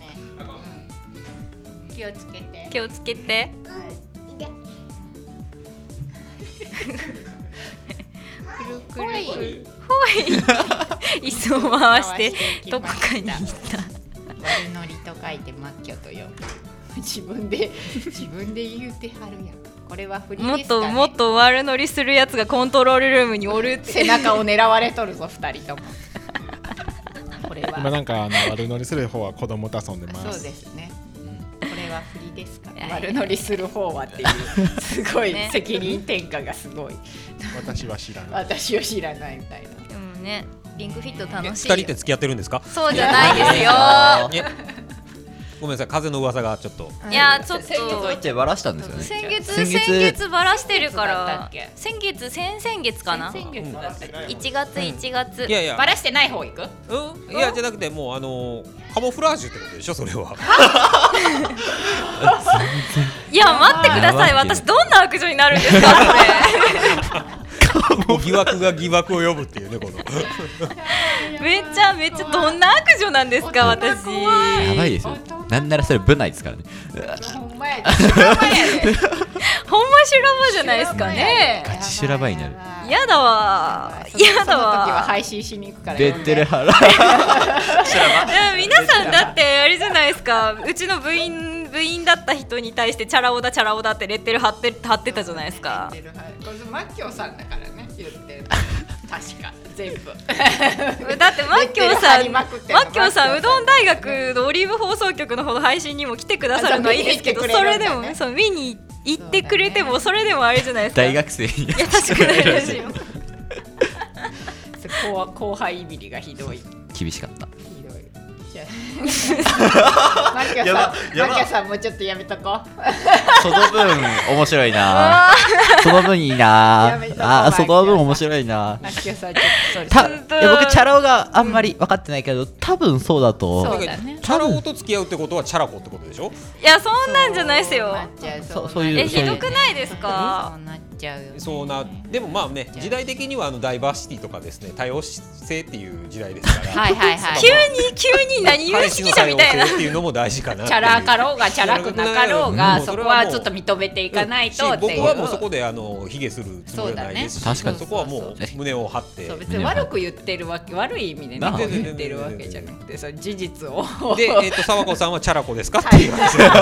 うん、気をつけて気をつけてうん痛いくるくる 椅子を回し回してていきどまこしたかに行った悪乗りと書いてマッキョと呼ぶ自分で自分で言うてはるやんこれは振りですかもねっともっと悪乗りするやつがコントロールルームにおるって背中を狙われとるぞ二人ともこれ今はなんかあの悪乗りする方は子供と遊んでまそうすですねこれは振りですかいやねいやいや悪乗りする方はっていうすごいね責任転嫁がすごい私は知らない私を知らないみたいなでもねリンクフィットえ楽二し人いで付き合ってるんですかそうじゃない ですよえごめんなさい風の噂がちょっといやちょっとどうやってバラしたんですよね先月先先月月バラしてるか先月だったっらけ先月先々月かな先月1だったり月1月いやいやバラしてない方行くうんいやじゃなくてもうあのカモフラージュってことでしょそれはいや待ってくださいやばいって私どんな悪女になるんですかっもう疑惑が疑惑を呼ぶっていうねこのてめちゃめちゃどんな悪女なんですか私やばいですよなんならそれ部内ですからねほんまやで修羅場やでほんま修羅場じゃないですかねガチ修羅場になるややだわそのやだ時はわ配信しに行くから出呼んてるで腹いや皆さんだってあれじゃないですかうちの部員部員だった人に対してチャラ男だチャラ男だってレッテル貼って貼ってたじゃないですか出てるはいこれマッキョさんだからね言ってる確か全部だってマッキョレッテルーさ貼りん、マまくってんのッキョーさマん、ッキョーさんうどん大学のオリーブ放送局の方の配信にも来てくださるのはいいですけど、あそじゃあ見に来てくれでれるんだねもね、そう見に行ってくれても、それでもあれじゃないですか。大学生に優しくなるしい。後後輩いびりがひどいひ厳しかったどいじゃあマキやばャさやん、マばキャさんもうちょっとやめとこう。その分面白いなその分いいなやめとこうあーその分面白いなマキャさんちょっとそれ。たいや僕チャラ男があんまり分かってないけど多分そうだとそうだだけねどチャラ男と付き合うってことはチャラ子ってことでしょいやそんなんじゃないですよなっちゃうそうそういうえひどくないですそかうなっちゃうよね。そうなでもまあね時代的にはあのダイバーシティとかですね多様性っていう時代ですからはいはいはい急に急に何有識者みたいな彼氏の多様性っていうのも大事かなチャラかろうがチャラくなかろうがうんそこはちょっと認めていかないとしっていう僕はもうそこであのヒゲするつもりはないですしそうだね確かにそこはもう胸を張ってそう別に悪く言ってるわけ悪い意味でねなあ言ってるわけじゃなくてその事実をで、えっと沢子さんはチャラ子ですかっていう話なんですけども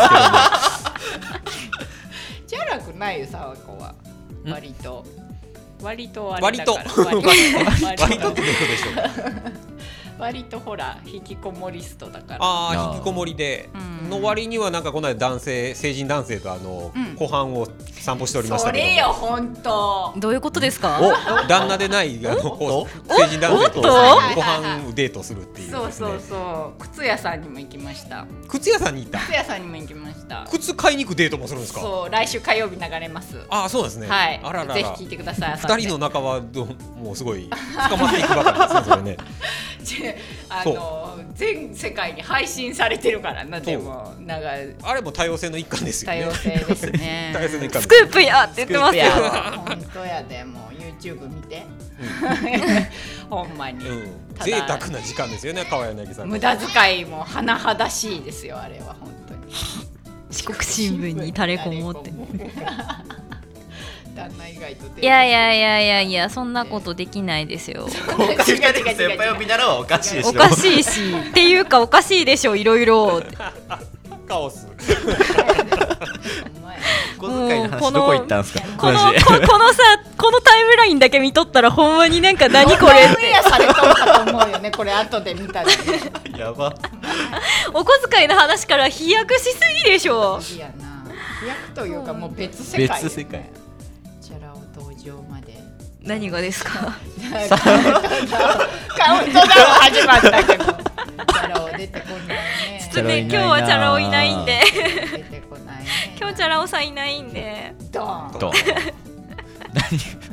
じゃなくないよ沢子は割と割とあれ割だとから割と割とってどういうことでしょうか割とほら引きこもりストだからああーあ引きこもりでうんの割にはなんかこの間男性成人男性とあのうん湖畔を散歩しておりましそたけどれよ本当どういうことですかお旦那でないあのこう成人男性とおっごと飯をデートするっていうそでうすねそうそう靴屋さんにも行きました靴屋さんに行った靴屋さんにも行きました靴買いに行くデートもするんですかそう来週火曜日流れますああそうなんですねはいあららぜひら聞いてください二人の仲はどうもうすごい捕まっていくばかりですね それでね あの全世界に配信されてるからなでもなんかあれも多様性の一環ですよ多ね様性ですね 多様性の一環スクープやって言ってますいよや本当やでもう YouTube 見て ほんまに、うんただ贅沢な時間ですよね川柳さんの無駄遣いも甚だしいですよあれは本当に四国新聞に垂れ込もうって垂れ込もう 旦那以外といやいやいやいやいやそんなことできないですよ違う違う違う違う見習うはおかしいおかしいしっていうかおかしいでしょいろいろカオスほんまや小遣いの話どこ行ったんですかこのここ のさこのタイムラインだけ見とったらほんまになんか何これ オンエアされとるかと思うよねこれ後で見たらねやばお小遣いの話から飛躍しすぎでしょいやな飛躍というかもう別世界別世界チャラ男登場まで何がですかカウントダウン始まったけど。チャラ男出てこないね。チャラでいない今な日はチャラ男いないんで出てこないね。今日チャラ男さんいないんでドーン。と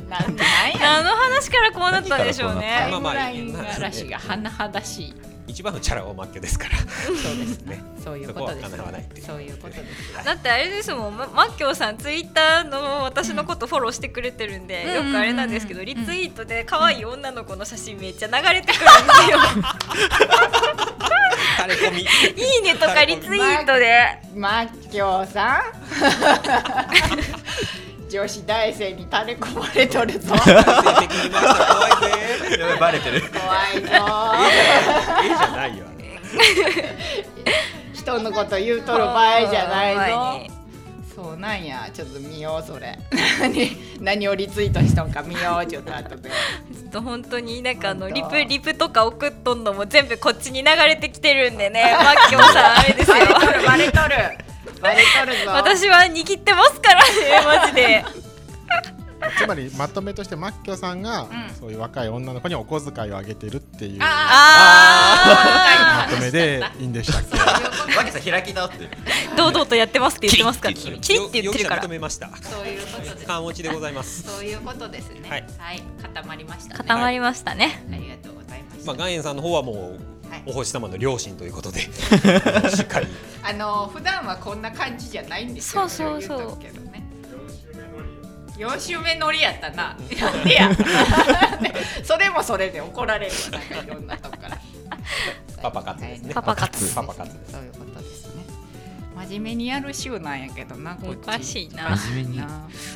なんないや何の話からこうなったんでしょうタねイムラインまあまあ嵐が甚だしい。一番のチャラはマッキョですからそうです ね。そういうことでそすこは叶わないってい。うそういうことです。だってあれですもんまマッキョさんツイッターの私のことフォローしてくれてるんで、よくあれなんですけど、リツイートで可愛い女の子の写真めっちゃ流れてくるん ですよタレコミいいねとかリツイートでマッキョさん。女子大生に垂れ込まれとるぞ。性的に回したら怖いぜやばいバレてる怖いぞ。絵じゃないよあれ人のこと言うとる場合じゃなほんまいにぞ。そうなんや。ちょっと見ようそれ。何何をリツイートしたんか見ようちょっと後 で。ちょっと本当になんかあの本リ当プリプとか送っとんのも全部こっちに流れてきてるんでね マッキョさんあれですよバレとる。バレとるぞ。私は握ってますからねマジ でつまりまとめとしてマッキョさんが、そういう若い女の子にお小遣いをあげてるっていうまあとめでいいんでしたっけマキさん開き直ってるあ堂々とやってますって言ってますからキキリリッッてて言ってるかよ容ら疑者認めましたそういうことです。勘落ちでございますそういうことですね。ははいい、固まりました、ね。固まりましたねありがとうございました。まあ岩塩さんの方はもうはいお星様の両親とい うことでしっかりあの普段はこんな感じじゃないんですよ。そうそうそう言とくけどね。四週目乗りやったな。なんでや。 それもそれで怒られるわ。なんかいろんなとこから。パパ活ですねパパ活パパ活ですそういうことですね。真面目にやる週なんやけどな。おかしいいな真面目にな。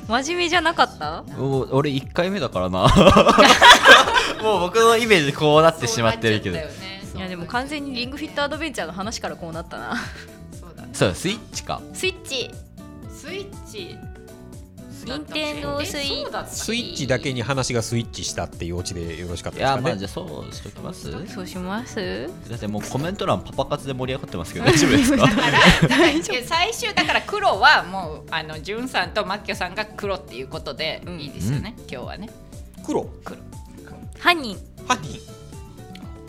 真面目じゃなかったお俺1回目だからなもう僕のイメージこうなってしまってるけどそうなっちゃったよねいやでも完全にリングフィットアドベンチャーの話からこうなったなそうだね。そうスイッチかスイッチスイッチ。任天堂スイッチえそうだったスイッチだけに話がスイッチしたっていうオチでよろしかったいですやかまあねじゃあそうしときますだそうしますってもうコメント欄パパ活で盛り上がってますけど大丈夫ですか 最終だから黒はもうあのジュンさんとマッキョさんが黒っていうことでいいですよね、今日はね黒犯人犯人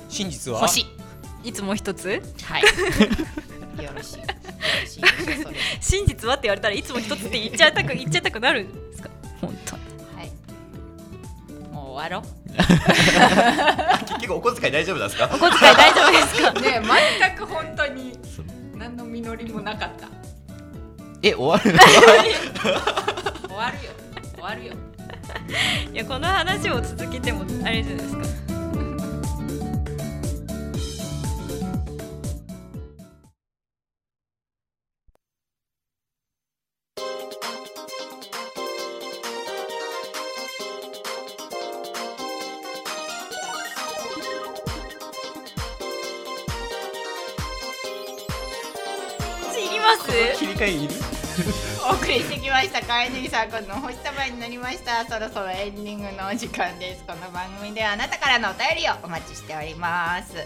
真実は星いつも一つはい。よろしい。よろしいですかそれ。真実はって言われたらいつも一つって言っちゃいたく言っちゃいたくなるんですか本当はい。もう終わろう。結局お小遣い大丈夫なんですかお小遣い大丈夫です かねえ全く本当に何の実りもなかった。え終わ る終わるよ。終わるよ。いやこの話を続けてもあれじゃないですか知ります切り替えいる お送りしてきましたかえねぎさんこの星さまになりましたそろそろエンディングのお時間ですこの番組ではあなたからのお便りをお待ちしております教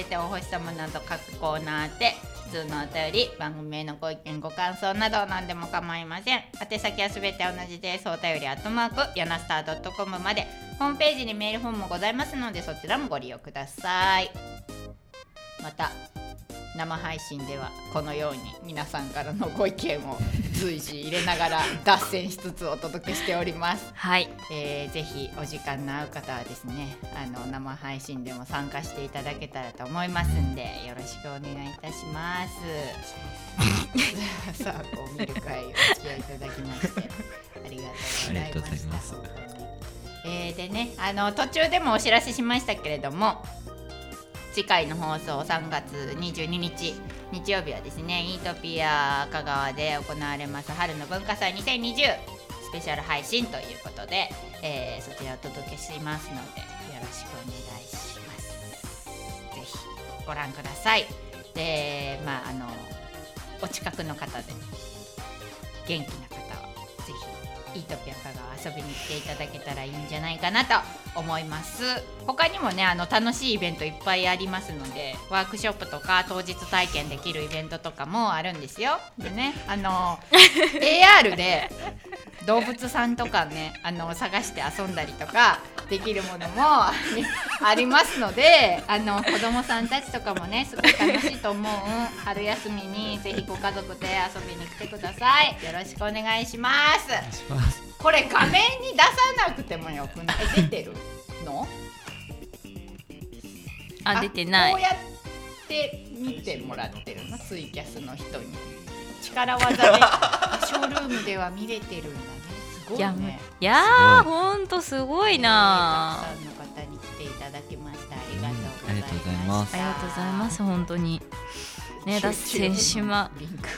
えてお星さまなど各コーナーで普通のお便り番組へのご意見ご感想など何でも構いません宛先はすべて同じですお便りアットマークヤナスター .com までホームページにメールフォームもございますのでそちらもご利用くださいまた生配信ではこのように皆さんからのご意見を随時入れながら脱線しつつお届けしております、はいえー、ぜひお時間の合う方はですねあの生配信でも参加していただけたらと思いますんでよろしくお願いいたします さあこう見る会お付き合いいただきましてありがとうございましたあえりーでねあの途中でもお知らせしましたけれども次回の放送3月22日日曜日はですねイートピア香川で行われます春の文化祭2020スペシャル配信ということで、えーそちらをお届けしますのでよろしくお願いしますぜひご覧くださいでまああのお近くの方で元気な方はぜひイートピア香川遊びに来ていただけたらいいんじゃないかなと思います他にもねあの楽しいイベントいっぱいありますのでワークショップとか当日体験できるイベントとかもあるんですよでねあの AR で動物さんとかねあの探して遊んだりとかできるものもありますのであの子供さんたちとかもねすごい楽しいと思う春休みにぜひご家族で遊びに来てくださいよろしくお願いしますこれ画面に出さなくてもよくない出てるのあ出てなこういやって見てもらってるのツイキャスの人に力技 であショールームでは見れてるんだねすごいいやもうねいやーほんとすごいなたくさんの方に来ていただきましたありがとうございうんありがとうございまますすありがとうございます本当にね脱線しまリンク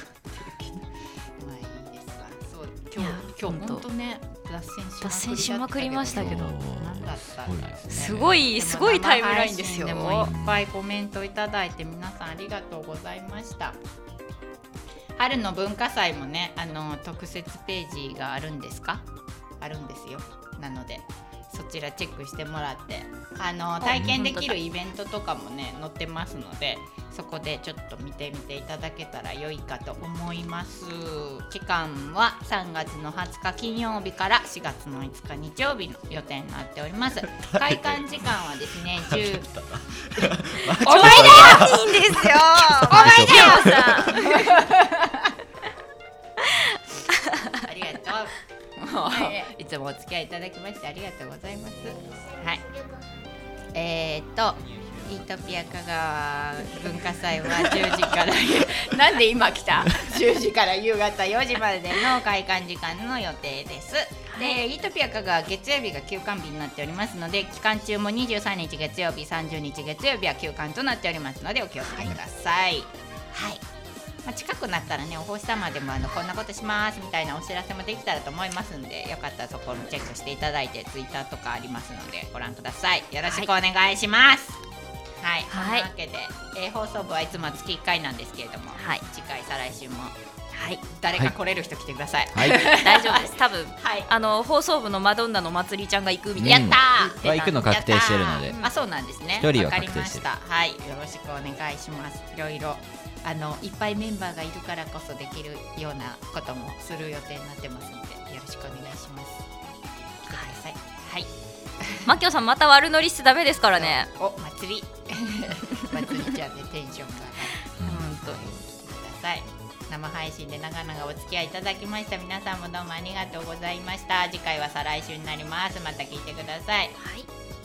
まあいいですわそう今いや日今日ほ本んと当ね脱線し脱線しまくりましたけどなんだったんだろうねすごいすごいタイムラインですよでもいっぱいコメントいただいて皆さんありがとうございました。春の文化祭もねあの特設ページがあるんですか？あるんですよ。なのでそちらチェックしてもらってあの体験できるイベントとかもね載ってますのでそこでちょっと見てみていただけたら良いかと思います期間は3月の20日金曜日から4月の5日日曜日の予定になっており ます開館時間はです ね10お前だよいいんですよお前だよありがと う。もういつもお付き合いいただきましてありがとうございます。はい。えー、っと。イートピア香川文化祭は10時から なんで今来た10時から夕方4時までの開館時間の予定ですでイートピア香川月曜日が休館日になっておりますので期間中も23日月曜日30日月曜日は休館となっておりますのでお気をつけくださいはいまあ、近くなったらねお星様でもあのこんなことしますみたいなお知らせもできたらと思いますんでよかったらそこもチェックしていただいてツイッターとかありますのでご覧くださいよろしくお願いしますはい、はといいうわけで、えー放送部はいつも月1回なんですけれども、はい次回再来週もはい誰か来れる人来てください、はい大丈夫です多分 はいあの放送部のマドンナのまつりちゃんが行くみたいやな、っうんたー、は行くの確定してるのでやったーあそうなんですね一人はわかり確定ましてしるたはいよろしくお願いしますいろいろあのいっぱいメンバーがいるからこそできるようなこともする予定になってますのでよろしくお願いします来てくださいはいマキオさんまた悪乗りしてダメですからねお祭りぱつりちゃんでテンショ ンが上がる本当にください生配信で長々お付き合いいただきました皆さんもどうもありがとうございました次回は再来週になりますまた聞いてください、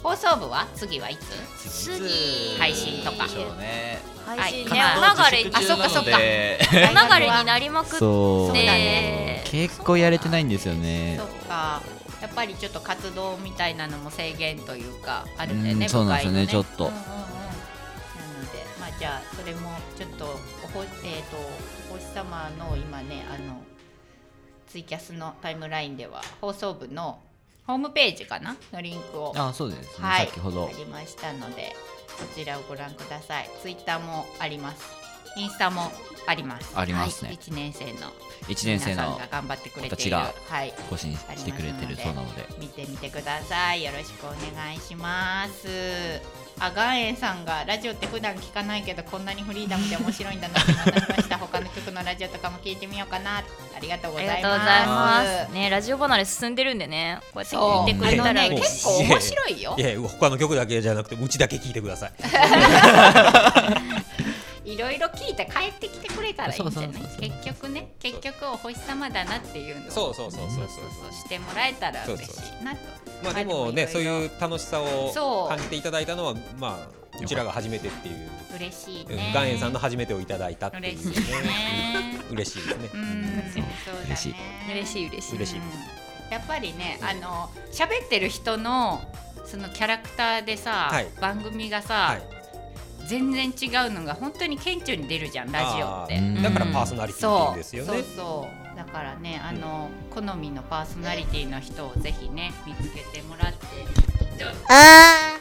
放送部は次はいつ次配信とかでしょうね。配信はいねお流れあ、あそそっっかかそそっっかか。お流れになりまくっそうだね結構やれてないんですよねそっかやっぱりちょっと活動みたいなのも制限というかあるんだようねんそうなんですよね部会のちょっとうんうんうんなのでまあじゃあそれもちょっとおほえっ、とお星様の今ねあのツイキャスのタイムラインでは放送部のホームページかなのリンクをあそうですね、はい先ほどありましたのでこちらをご覧くださいツイッターもありますインスタもありますありますねはい、1年生の1年生皆さのんが頑張ってくれ子たてちいるがはい更新してくれてるそうなので見てみてくださいよろしくお願いしますあ岩塩さんがラジオって普段聞かないけどこんなにフリーダムで面白いんだなって学びま した他の曲のラジオとかも聞いてみようかなありがとうごあざりがいとうますございます。ね、ラジオ離れ進んでるんでね、こうやってそう聞いてくれたらあのね嬉結しい構面白いよいやいや他の曲だけじゃなくてうちだけ聴いてくださいいろいろ聞いて帰ってきてくれたらいいんじゃなそうそうそうそうい結局ね結局お星様だなっていうのをそうそうそうそうそそううしてもらえたら嬉しいなとまあでもねでそうもろいろう楽しさをそう感じていただいたのはまあうちらが初めてっていう嬉しいうんね岩塩さんの初めてをいただいたってい嬉うしいね 嬉しいですねうんそうだね嬉しい嬉しい嬉しい。嬉しいうんやっぱりねあの喋ってる人のそのキャラクターでさ、はい番組がさ、はい全然違うのが本当に顕著に出るじゃんラジオってあーうんだからパーソナリティっていうんですよそうねそうだからねあの、好みのパーソナリティの人をぜひね見つけてもらってあ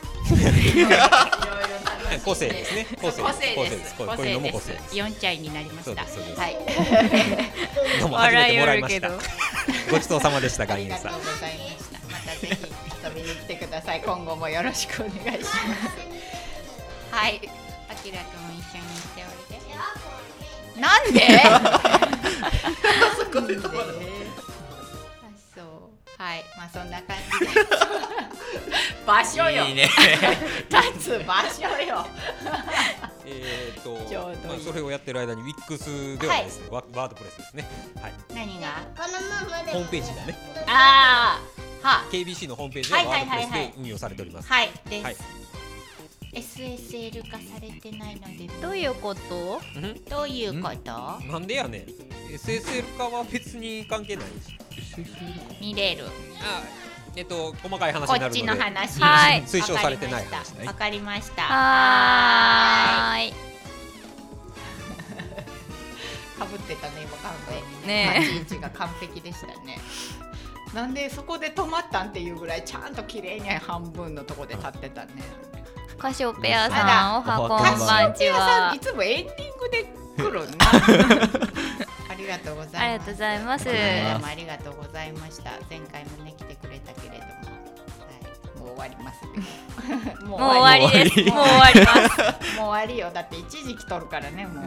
個性ですね個性個性でですすこう個こういう性のも個で性ですす四歳になりまそしうたですそうですはい どうも初めてもらいました ごちそうさまでした岩塩さんございました。またぜひ遊びに来てください。今後もよろしくお願いします。はい。あきらくんも一緒にしておいで。なんで？ なんであそう。はい。まあそんな感じで。場所よ。いいね。 立つ場所よ。えーちょうどいといまあそれをやってる間に Wix ではですねワワードプレスですねはい何が？このままでホームページがねああ。は。 KBC のホームページではワードプレスで運用されておりますはい。です。はい SSL 化されてないのでどういうこと？どういうことなんでやねん SSL 化は別に関係ないし見れるあえっと細かい話こになるのでっちの話はい推奨されてない話ねわかりましたはーい。かぶってたね今完全にねえ立ち位置が完璧でしたねなんでそこで止まったんっていうぐらいちゃんと綺麗に半分のとこで立ってたねカシオペアあさらん、おはこんカシオペアばんち千代さはんい。つもエンディングで来るな ありがとうございますありがとうございますどうもありがとうございました前回もね来てくれたけれども、はい、もう終わります けどももう終わりです。もう終わります。もう終わりよだって一時期取るからねもう、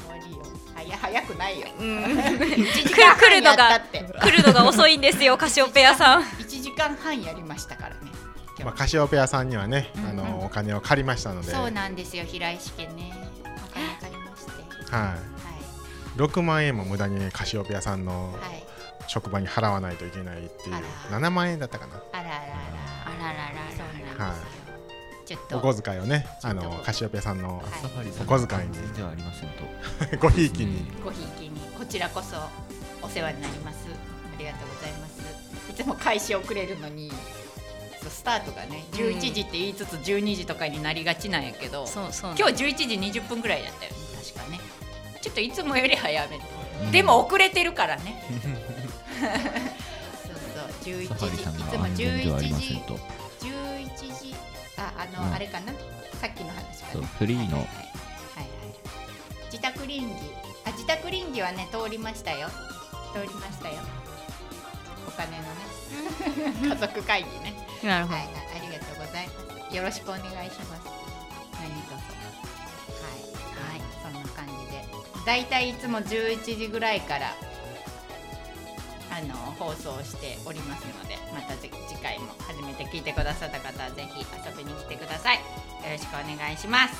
終わりよ早早くないよ、ん1時間半やったって来るのが遅いんですよ、カシオペアさん。 1時間半やりましたからねまあ、カシオペアさんにはね、あうんうのお金を借りましたので、そうは、なんですよ平石家ねお金借りましてはい6万円も無駄にねカシオペアさんのいはい職場に払わないといけないっていうあら、 7万円だったかな、あらあらあらあらららそうなんですよ、ちょおっと小遣いをね、あちょっのとカシオペアさんのはいお小遣いにではありませんと ごひいきに、ごひいきにこちらこそお世話になりますありがとうございますいつも開始遅れるのにそうスタートがね11時って言いつつ12時とかになりがちなんやけど、そうそう。今日11時20分ぐらいだったよね確かねちょっといつもより早め、でも遅れてるからね そうそう11時いサファリさんがつも安全ではあり11ません時と11時ああの、うんあれかなさっきの話かそうなフリーのはいはいはいはいはい自宅林儀あ自宅林儀はね通りましたよ通りましたよお金のね 家族会議ねなるはほいど。はいありがとうございますよろしくお願いします何卒はいはいそんな感じでだいたいいつも11時ぐらいからあの放送しておりますのでまたぜ次回も初めて聞いてくださった方はぜひ遊びに来てくださいよろしくお願いします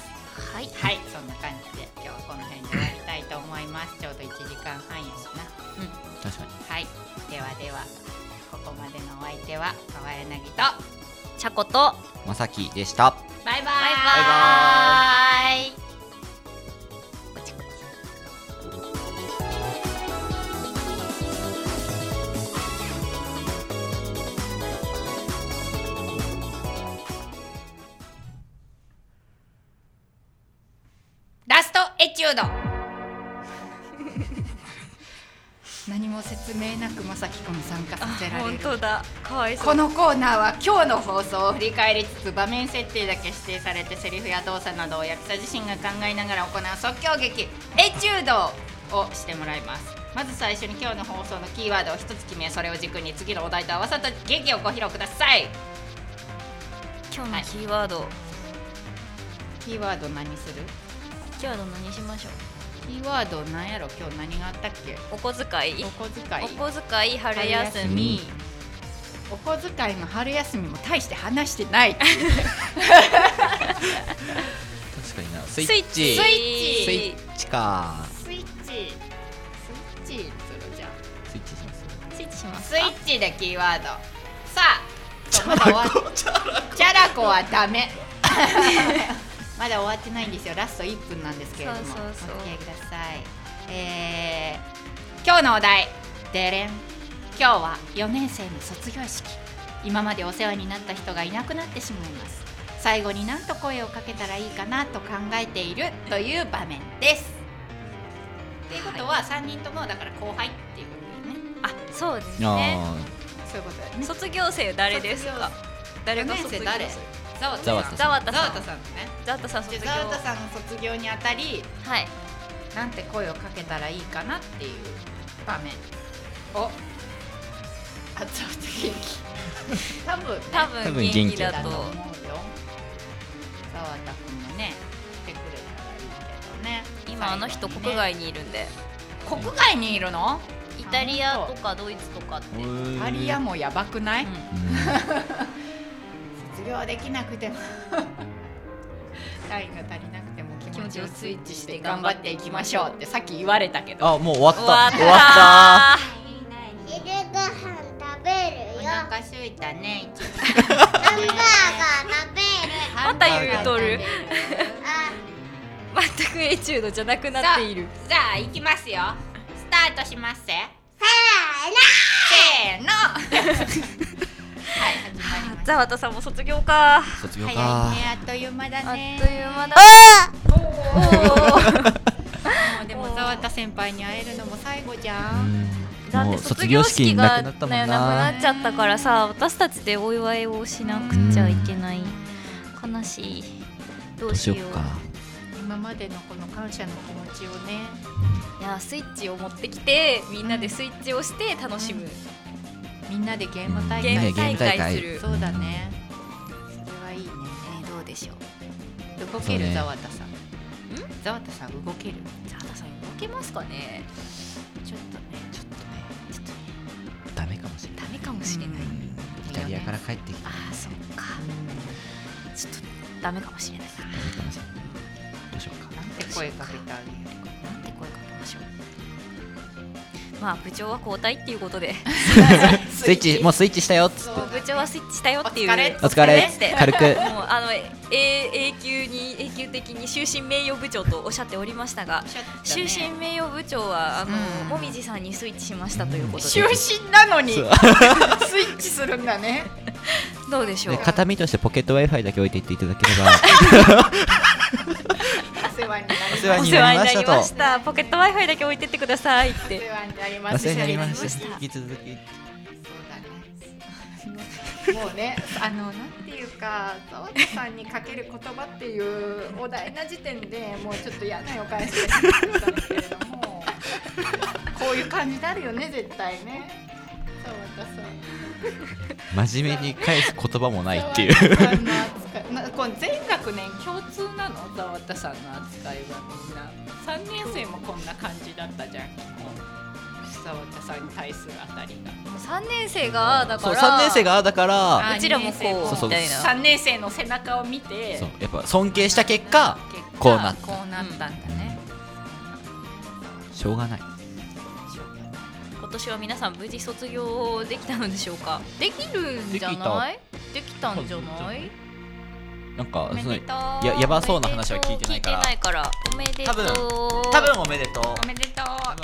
はいはい、そんな感じで今日はこの辺で終わりたいと思います。ちょうど1時間半やしな。確かにはい、ではではここまでのお相手は川柳とチャコとまさきでしたバイバイ。バイバイラストエチュード 何も説明なくまさきくん参加させられ本る当だかわいそうこのコーナーは今日の放送を振り返りつつ場面設定だけ指定されてセリフや動作などを役者自身が考えながら行う即興劇エチュードをしてもらいますまず最初に今日の放送のキーワードを一つ決めそれを軸に次のお題と合わさった劇をご披露ください今日のキーワード、キーワード何するキーワード何しましょキーワード何やろ今日何があったっけうお小遣いお小遣いお小遣い春休みお小遣いも春休みも大して話してない確かになスイッチスイッチスイッチかスイッチスイッチするじゃんスイッチしますスイッチしますスイッチでキーワードさあまだ終わっチャラコはダ メまだ終わってないんですよラスト1分なんですけれどもそうそうそうお付き合いくださいえー、今日のお題デレン今日は4年生の卒業式今までお世話になった人がいなくなってしまいます最後になんと声をかけたらいいかなと考えているという場面ですということは3人ともだから後輩っていうことだよねあそうですねあそういうことだよね卒業生誰ですか誰が卒業生四年生誰？ざザわワタたさんざわザたさワんタさんね。ざわたさん卒じ業ゃあザワタさんの卒業にあたり、はいなんて声をかけたらいいかなっていう場面を。あ、ザワタ元気。 多分ね、多多分分元元気気だだとと思うよ。ザワタ君もね、来てくれたらいいけどね。今あの人最後に国ね。外にいるんで国外にいるの？イタリアとかドイツとかってーうんアリアもやばくない？うん卒業できなくて も単位が足りなくても気持ちをスイッチして頑張っていきましょうってさっき言われたけどあもう終わった終わった昼ご飯食べるよハンすいたねバーガー食べるまた言うとるあ全くエチュードじゃなくなっているじゃあ行きますよスタートしますせせーのはい始まりましざわたさんも卒業か卒業たか早いねあっという間だあっとねいう間だもうでも澤田先輩に会えるのも最後じゃうんんだっもてう卒卒業業式式がなねなくなくったもなんなっちゃったからさ私たちでお祝いをしなくちゃいけない悲しいどどううししよよううか今までのこの感謝の気持ちをねいやスイッチを持ってきてみんなでスイッチをして楽しむ、みんなでゲーム大ゲー会ム大会するそうだねそれはいいねどうでしょう動けそうるねざわたさん。ざわたさん動ける。ざわたさん動けますかねちょっとね。ちょっとねちょっとダメかもしれないダメかもしれない、イタリアから帰ってきたああそっかちょっとダメかもしれないなダメかもしれないどうしようかなんて声かけてあげようか。なんて声かけましょうまあ部長は交代っていうことでスイッチもうスイッチしたよっつって部長はスイッチしたよっていうお疲れお疲れって軽くもうあのえ永久に永久的に終身名誉部長とおっしゃっておりましたが終身名誉部長はあの、うんもみじさんにスイッチしましたということ終で身なのにスイッチするんだね。どうでしょう、ね形見としてポケット Wi-Fi だけ置いていっていただければお世話になりまおす世。話おに世話になりまなしりたまとしたポケット Wi-Fi だけ置いてってくださいってお世話になりおます。世話になりまお世話になりまししたた引き続きそうだね。もうね、あの、なんていうか、ざわたさんにかける言葉っていうお題な時点で、もうちょっと嫌な予感してしまったんですけれども。こういう感じになるよね、絶対ね。ざわたさん。真面目に返す言葉もないっていうなこの全学年共通なのざわたさんの扱いはみんな三年生もこんな感じだったじゃん基本ざわたさんに対するあたりが3年生がだかそうら3年生がああだからうちらもこうそうそうみたいな3年生の背中を見てそうやっぱ尊敬した結果結こうなったこうなったんだね。しょうがない今年は皆さん無事卒業できたのでしょうかできるんじゃない？できたんじゃない？なんかおめそのでとうややばそうな話は聞いてないから聞いてないからおめでとう多分おめでとうおめでとう